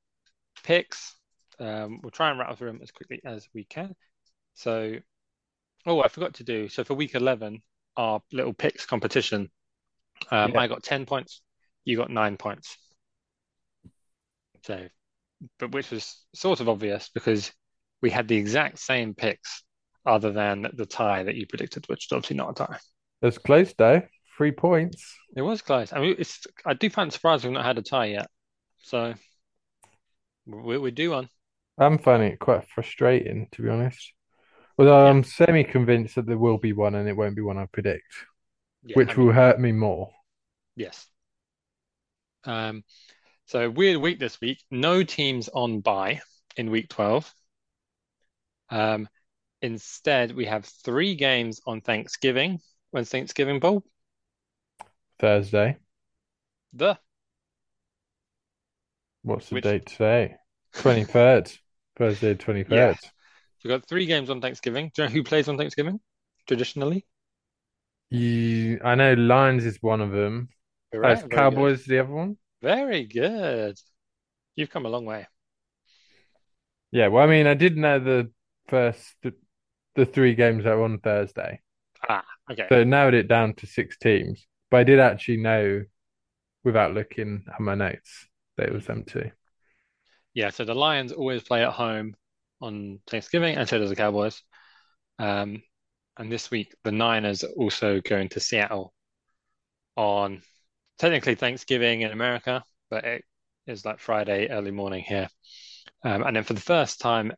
picks. Um, we'll try and rattle through them as quickly as we can. So, oh, I forgot to do. So for week 11, our little picks competition, um, Yeah. I got 10 points, you got nine points. So, but which was sort of obvious because we had the exact same picks other than the tie that you predicted, which is obviously not a tie. That's close though. Three points. It was close. I mean, it's I do find it surprising we've not had a tie yet. So we we do one. I'm finding it quite frustrating, to be honest. Although Yeah. I'm semi convinced that there will be one and it won't be one I predict, Yeah, I which will mean, hurt me more. yes. Um, so weird week this week. No teams on bye in week 12. Um, instead, we have three games on Thanksgiving. When's Thanksgiving Bowl? Thursday. The What's the which date today? 23rd. Thursday, Yeah. 23rd. <laughs> We've got three games on Thanksgiving. Do you know who plays on Thanksgiving traditionally? You, I know Lions is one of them. Oh, it's Correct. Very good. Cowboys the other one. Very good. You've come a long way. Yeah, well, I mean, I did know the first the, the three games that were on Thursday, Ah, okay. so it narrowed it down to six teams. But I did actually know without looking at my notes that it was them two. Yeah, so the Lions always play at home on Thanksgiving, and so does the Cowboys. Um, and this week, the Niners are also going to Seattle on technically Thanksgiving in America, but it is like Friday early morning here. Um, and then for the first time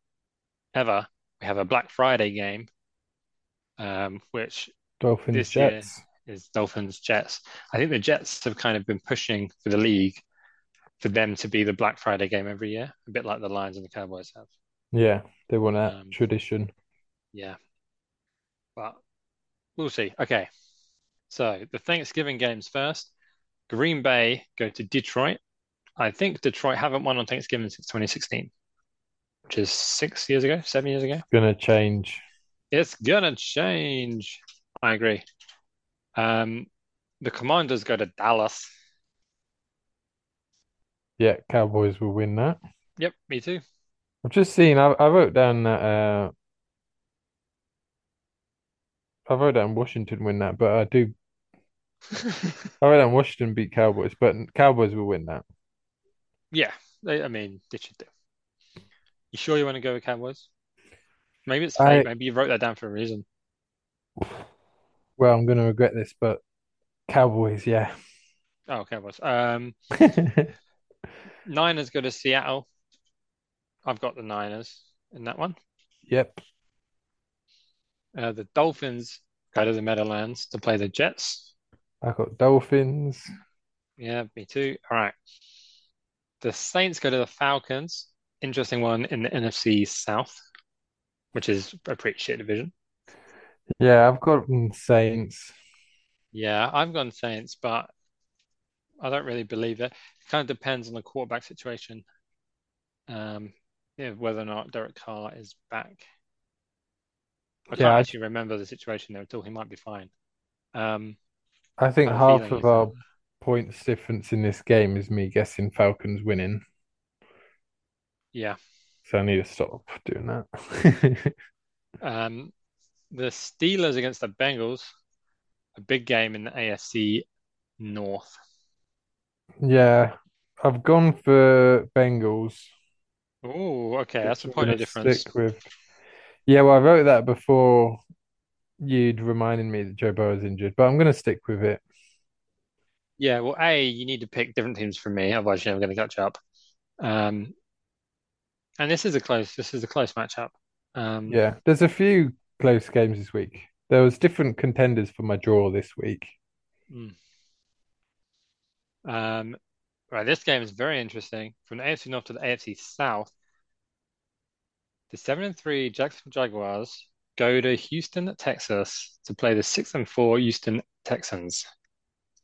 ever, we have a Black Friday game, um, which Dolphins, this year Jets. is Dolphins Jets. I think the Jets have kind of been pushing for the league for them to be the Black Friday game every year, a bit like the Lions and the Cowboys have. Yeah, they want that Um, tradition. yeah, but we'll see. Okay, so the Thanksgiving games first. Green Bay go to Detroit. I think Detroit haven't won on Thanksgiving since 2016, which is six years ago, seven years ago. It's gonna change. It's gonna change. I agree. Um, the Commanders go to Dallas. Yeah, Cowboys will win that. Yep, me too. I've just seen. I, I wrote down that. Uh, I wrote down Washington win that, but I do. I wrote down Washington beat Cowboys, but Cowboys will win that. <laughs> Yeah, they, I mean, they should do. You sure you want to go with Cowboys? Maybe it's fate. I Maybe you wrote that down for a reason. well, I'm gonna regret this, but Cowboys, yeah. <laughs> Oh, Cowboys. Um, Niners go to Seattle. I've got the Niners in that one. Yep. Uh, the Dolphins go to the Meadowlands to play the Jets. I got Dolphins. Yeah, me too. All right. The Saints go to the Falcons. Interesting one in the NFC South, which is a pretty shit division. Yeah, I've got mm, Saints. Yeah, I've gone Saints, but I don't really believe it. It kind of depends on the quarterback situation. Um, yeah, whether or not Derek Carr is back. I Yeah, can't I, actually remember the situation there at all. He might be fine. Um, I I think have a half feeling of he's not. our points difference in this game is me guessing Falcons winning. Yeah. So I need to stop doing that. <laughs> Um, the Steelers against the Bengals, a big game in the AFC North. Yeah, I've gone for Bengals, Oh, okay. That's a which I'm point going of to difference. stick with. Yeah, well, I wrote that before you'd reminded me that Joe Burrow is injured, but I'm going to stick with it. Yeah. Well, A, you need to pick different teams from me. Otherwise, you're never going to catch up. Um, and this is a close, this is a close matchup. Um, Yeah, there's a few close games this week. There was different contenders for my draw this week. mm. Um, right, this game is very interesting. From the AFC North to the AFC South, the seven and three Jacksonville Jaguars go to Houston, Texas, to play the six and four Houston Texans.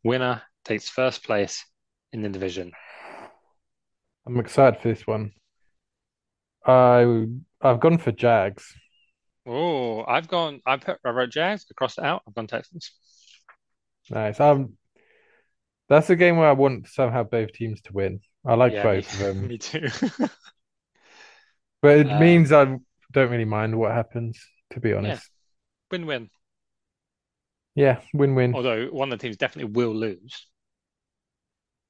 Winner takes first place in the division. I'm excited for this one. I I've gone for Jags. Oh, I've gone. I put I wrote Jags across it out. I've gone Texans. Nice. Um, that's a game where I want somehow both teams to win. I like Yeah, me, both of them, <laughs> me too. but it Um, means I don't really mind what happens, to be yeah, honest. win-win. Yeah, win-win. Although one of the teams definitely will lose.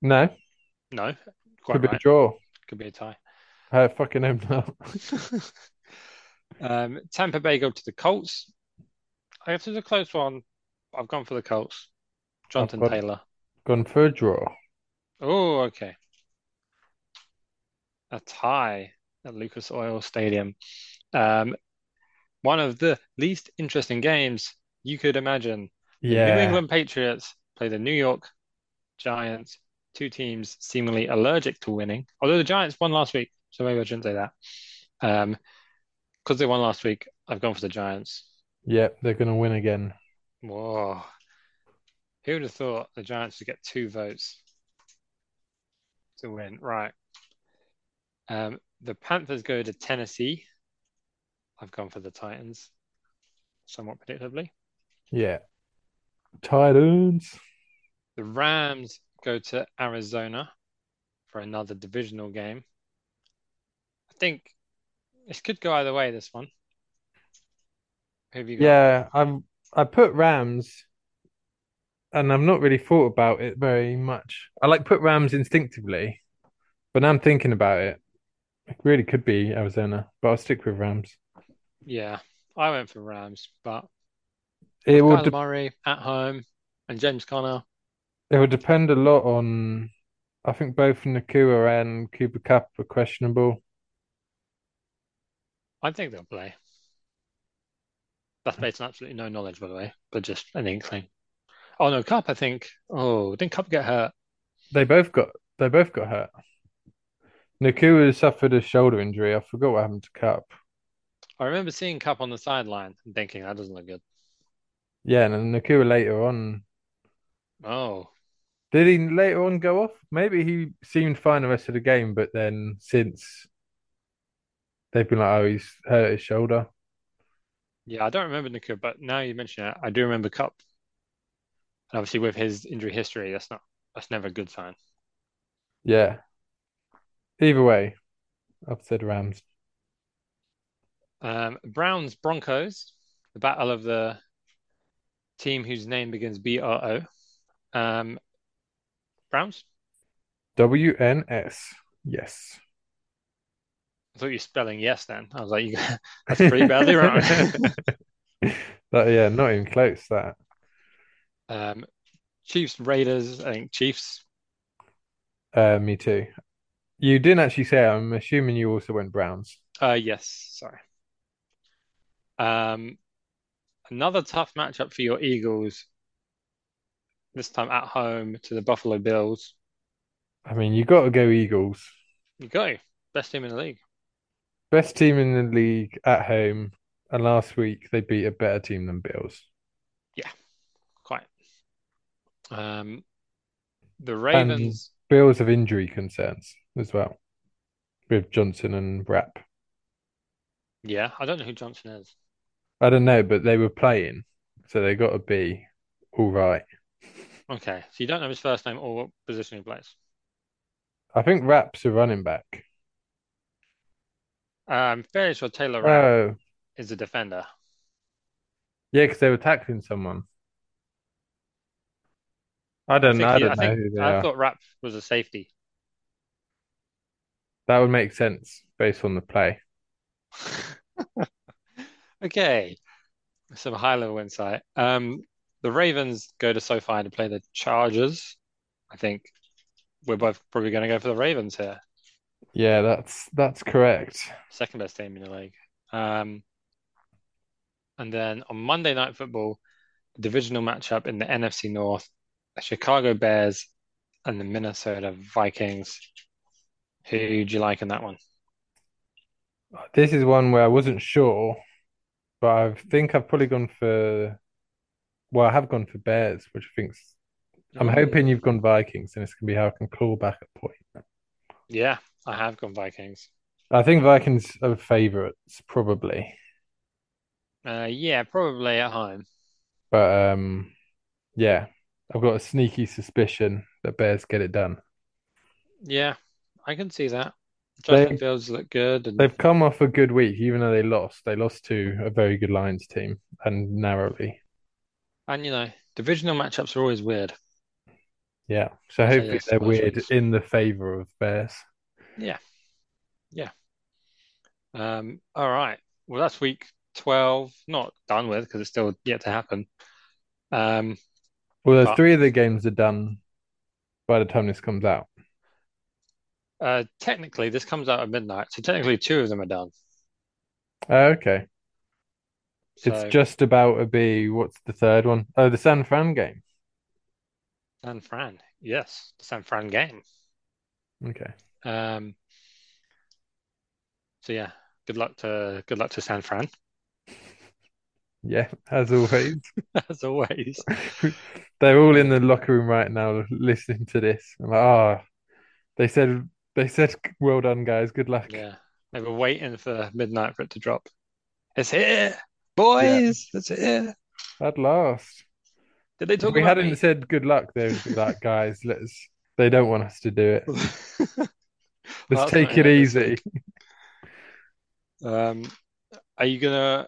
No, No, quite could be a right. draw. Could be a tie. <laughs> I fucking hope not. <laughs> Um, Tampa Bay go to the Colts. I guess it's a close one. I've gone for the Colts. I've Jonathan gone Taylor. gone for a draw. Oh, okay. A tie at Lucas Oil Stadium. Um, one of the least interesting games you could imagine. The New Yeah, England Patriots play the New York Giants, two teams seemingly allergic to winning. Although the Giants won last week, so maybe I shouldn't say that. Um, because they won last week, I've gone for the Giants. yep, they're gonna win again. Whoa. Who would have thought the Giants would get two votes to win? Right. Um, the Panthers go to Tennessee. I've gone for the Titans, somewhat predictably. Yeah. Titans. The Rams go to Arizona for another divisional game. I think this could go either way, this one. Who have you got? Yeah, I'm I put Rams and I've not really thought about it very much. I like put Rams instinctively, but now I'm thinking about it. It really could be Arizona, but I'll stick with Rams. Yeah, I went for Rams, but It will Kyler de- Murray at home and James Conner. it will depend a lot on I think both Nakua and Cooper Cup are questionable. I think they'll play. That's based on absolutely no knowledge, by the way, but just an inkling. Oh no, Cup, I think. Oh, didn't Cup get hurt? They both got they both got hurt. Nakua suffered a shoulder injury. I forgot what happened to Cup. I remember seeing Cup on the sideline and thinking that doesn't look good. Yeah, and then Nakua later on Oh, Did he later on go off? Maybe he seemed fine the rest of the game, but then since they've been like, oh, he's hurt his shoulder. yeah, I don't remember Nakua, but now you mention it, I do remember Cup. And obviously, with his injury history, that's not that's never a good sign. Yeah. Either way, I've said Rams. Um, Browns Broncos, the battle of the team whose name begins B R O. Um, Browns. WNS. Yes. I thought you were spelling yes. Then I was like, you, that's pretty badly <laughs> wrong. But yeah, not even close that. Um, Chiefs Raiders. I think Chiefs. Uh, me too. You didn't actually say, it. I'm assuming you also went Browns. Uh, yes, sorry. Um, another tough matchup for your Eagles. This time at home to the Buffalo Bills. I mean, you got to go Eagles. You go, best team in the league. Best team in the league at home. And last week they beat a better team than Bills. Quite. Um, the And Ravens. Bills have injury concerns as well with Johnson and Rapp. Yeah, I don't know who Johnson is. I don't know, but they were playing, so they got to be all right. Okay, so you don't know his first name or what position he plays. I think Rapp's a running back. I'm fairly sure Taylor Rapp Oh, is a defender. yeah, because they were tackling someone. I don't know. think I he, don't I know think who they I are. thought Rapp was a safety. That would make sense based on the play. <laughs> Okay, some high level insight. Um, the Ravens go to SoFi to play the Chargers. I think we're both probably going to go for the Ravens here, Yeah, that's that's correct. second best team in the league. Um, and then on Monday Night Football, divisional matchup in the NFC North, the Chicago Bears and the Minnesota Vikings. Who do you like in that one? This is one where I wasn't sure, but I think I've probably gone for. Well, I have gone for Bears, which I think's I'm hoping Ooh. you've gone Vikings, and it's gonna be how I can claw back a point. Yeah, I have gone Vikings. I think Vikings are favourites probably, Uh, yeah, probably at home. but um, yeah, I've got a sneaky suspicion that Bears get it done. Yeah, I can see that. They Justin Fields looked good, and they've come off a good week, even though they lost. They lost to a very good Lions team and narrowly. and you know, divisional matchups are always weird. Yeah, so So hopefully yes, they're both weird weeks. in the favour of Bears. Yeah, yeah. Um, all right. Well, that's week 12. Not done with because it's still yet to happen. Um, Although but three of the games are done by the time this comes out. uh, technically, this comes out at midnight, so technically two of them are done. Oh, okay, it's So just about to be what's the third one? Oh, the San Fran game. San Fran, yes, the San Fran game. Okay. Um, so yeah, good luck to good luck to San Fran <laughs> Yeah, as always. as always. They're all in Uh, the locker room right now listening to this. I'm like, ah, they said They said, "Well done, guys. Good luck." Yeah. They were waiting for midnight for it to drop. It's here, Yeah, boys. It's here. at last. Did they If talk we about hadn't me? said good luck, they would <laughs> be like, "Guys, let's." They don't want us to do it. Well, Let's that's take something it they would think. easy. Um, are you gonna?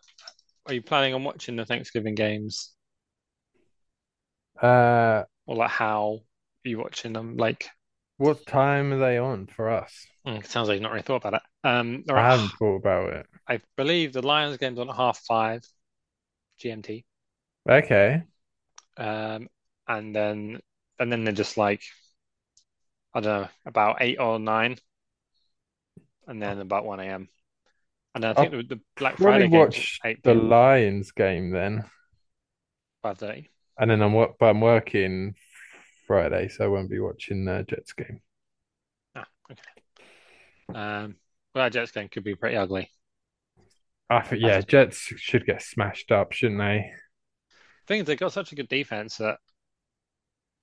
Are you planning on watching the Thanksgiving games, Uh, or like how are you watching them? Like, what time are they on for us? mm, it sounds like you've not really thought about it. Um, all right. I haven't thought about it. I believe the Lions game's on at half five GMT. Okay. Um, and then and then they're just like I don't know about eight or nine, and then about one a.m. And then I think I'll the, the Black probably Friday game's Oh, watch eight the p.m. Lions game then, five thirty. and then I'm work, but I'm working Friday, so I won't be watching the Jets game. Ah, okay. Um, well, that Jets game could be pretty ugly. I think I yeah, Jets should get smashed up, shouldn't they? think they've got such a good defense that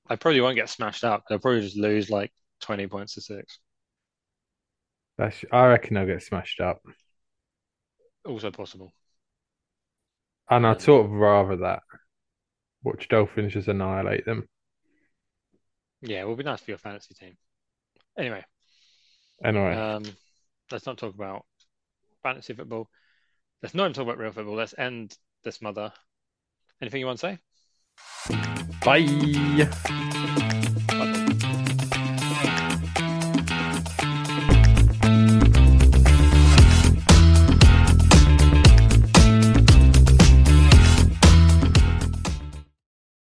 they probably won't get smashed up. They'll probably just lose like twenty points to six. That's, I reckon they'll get smashed up, Also possible. and I'd Um, sort of rather that watch Dolphins just annihilate them. yeah, it would be nice for your fantasy team. Anyway, Anyway, um, let's not talk about fantasy football. Let's not even talk about real football. Let's end this mother. Anything you want to say? bye.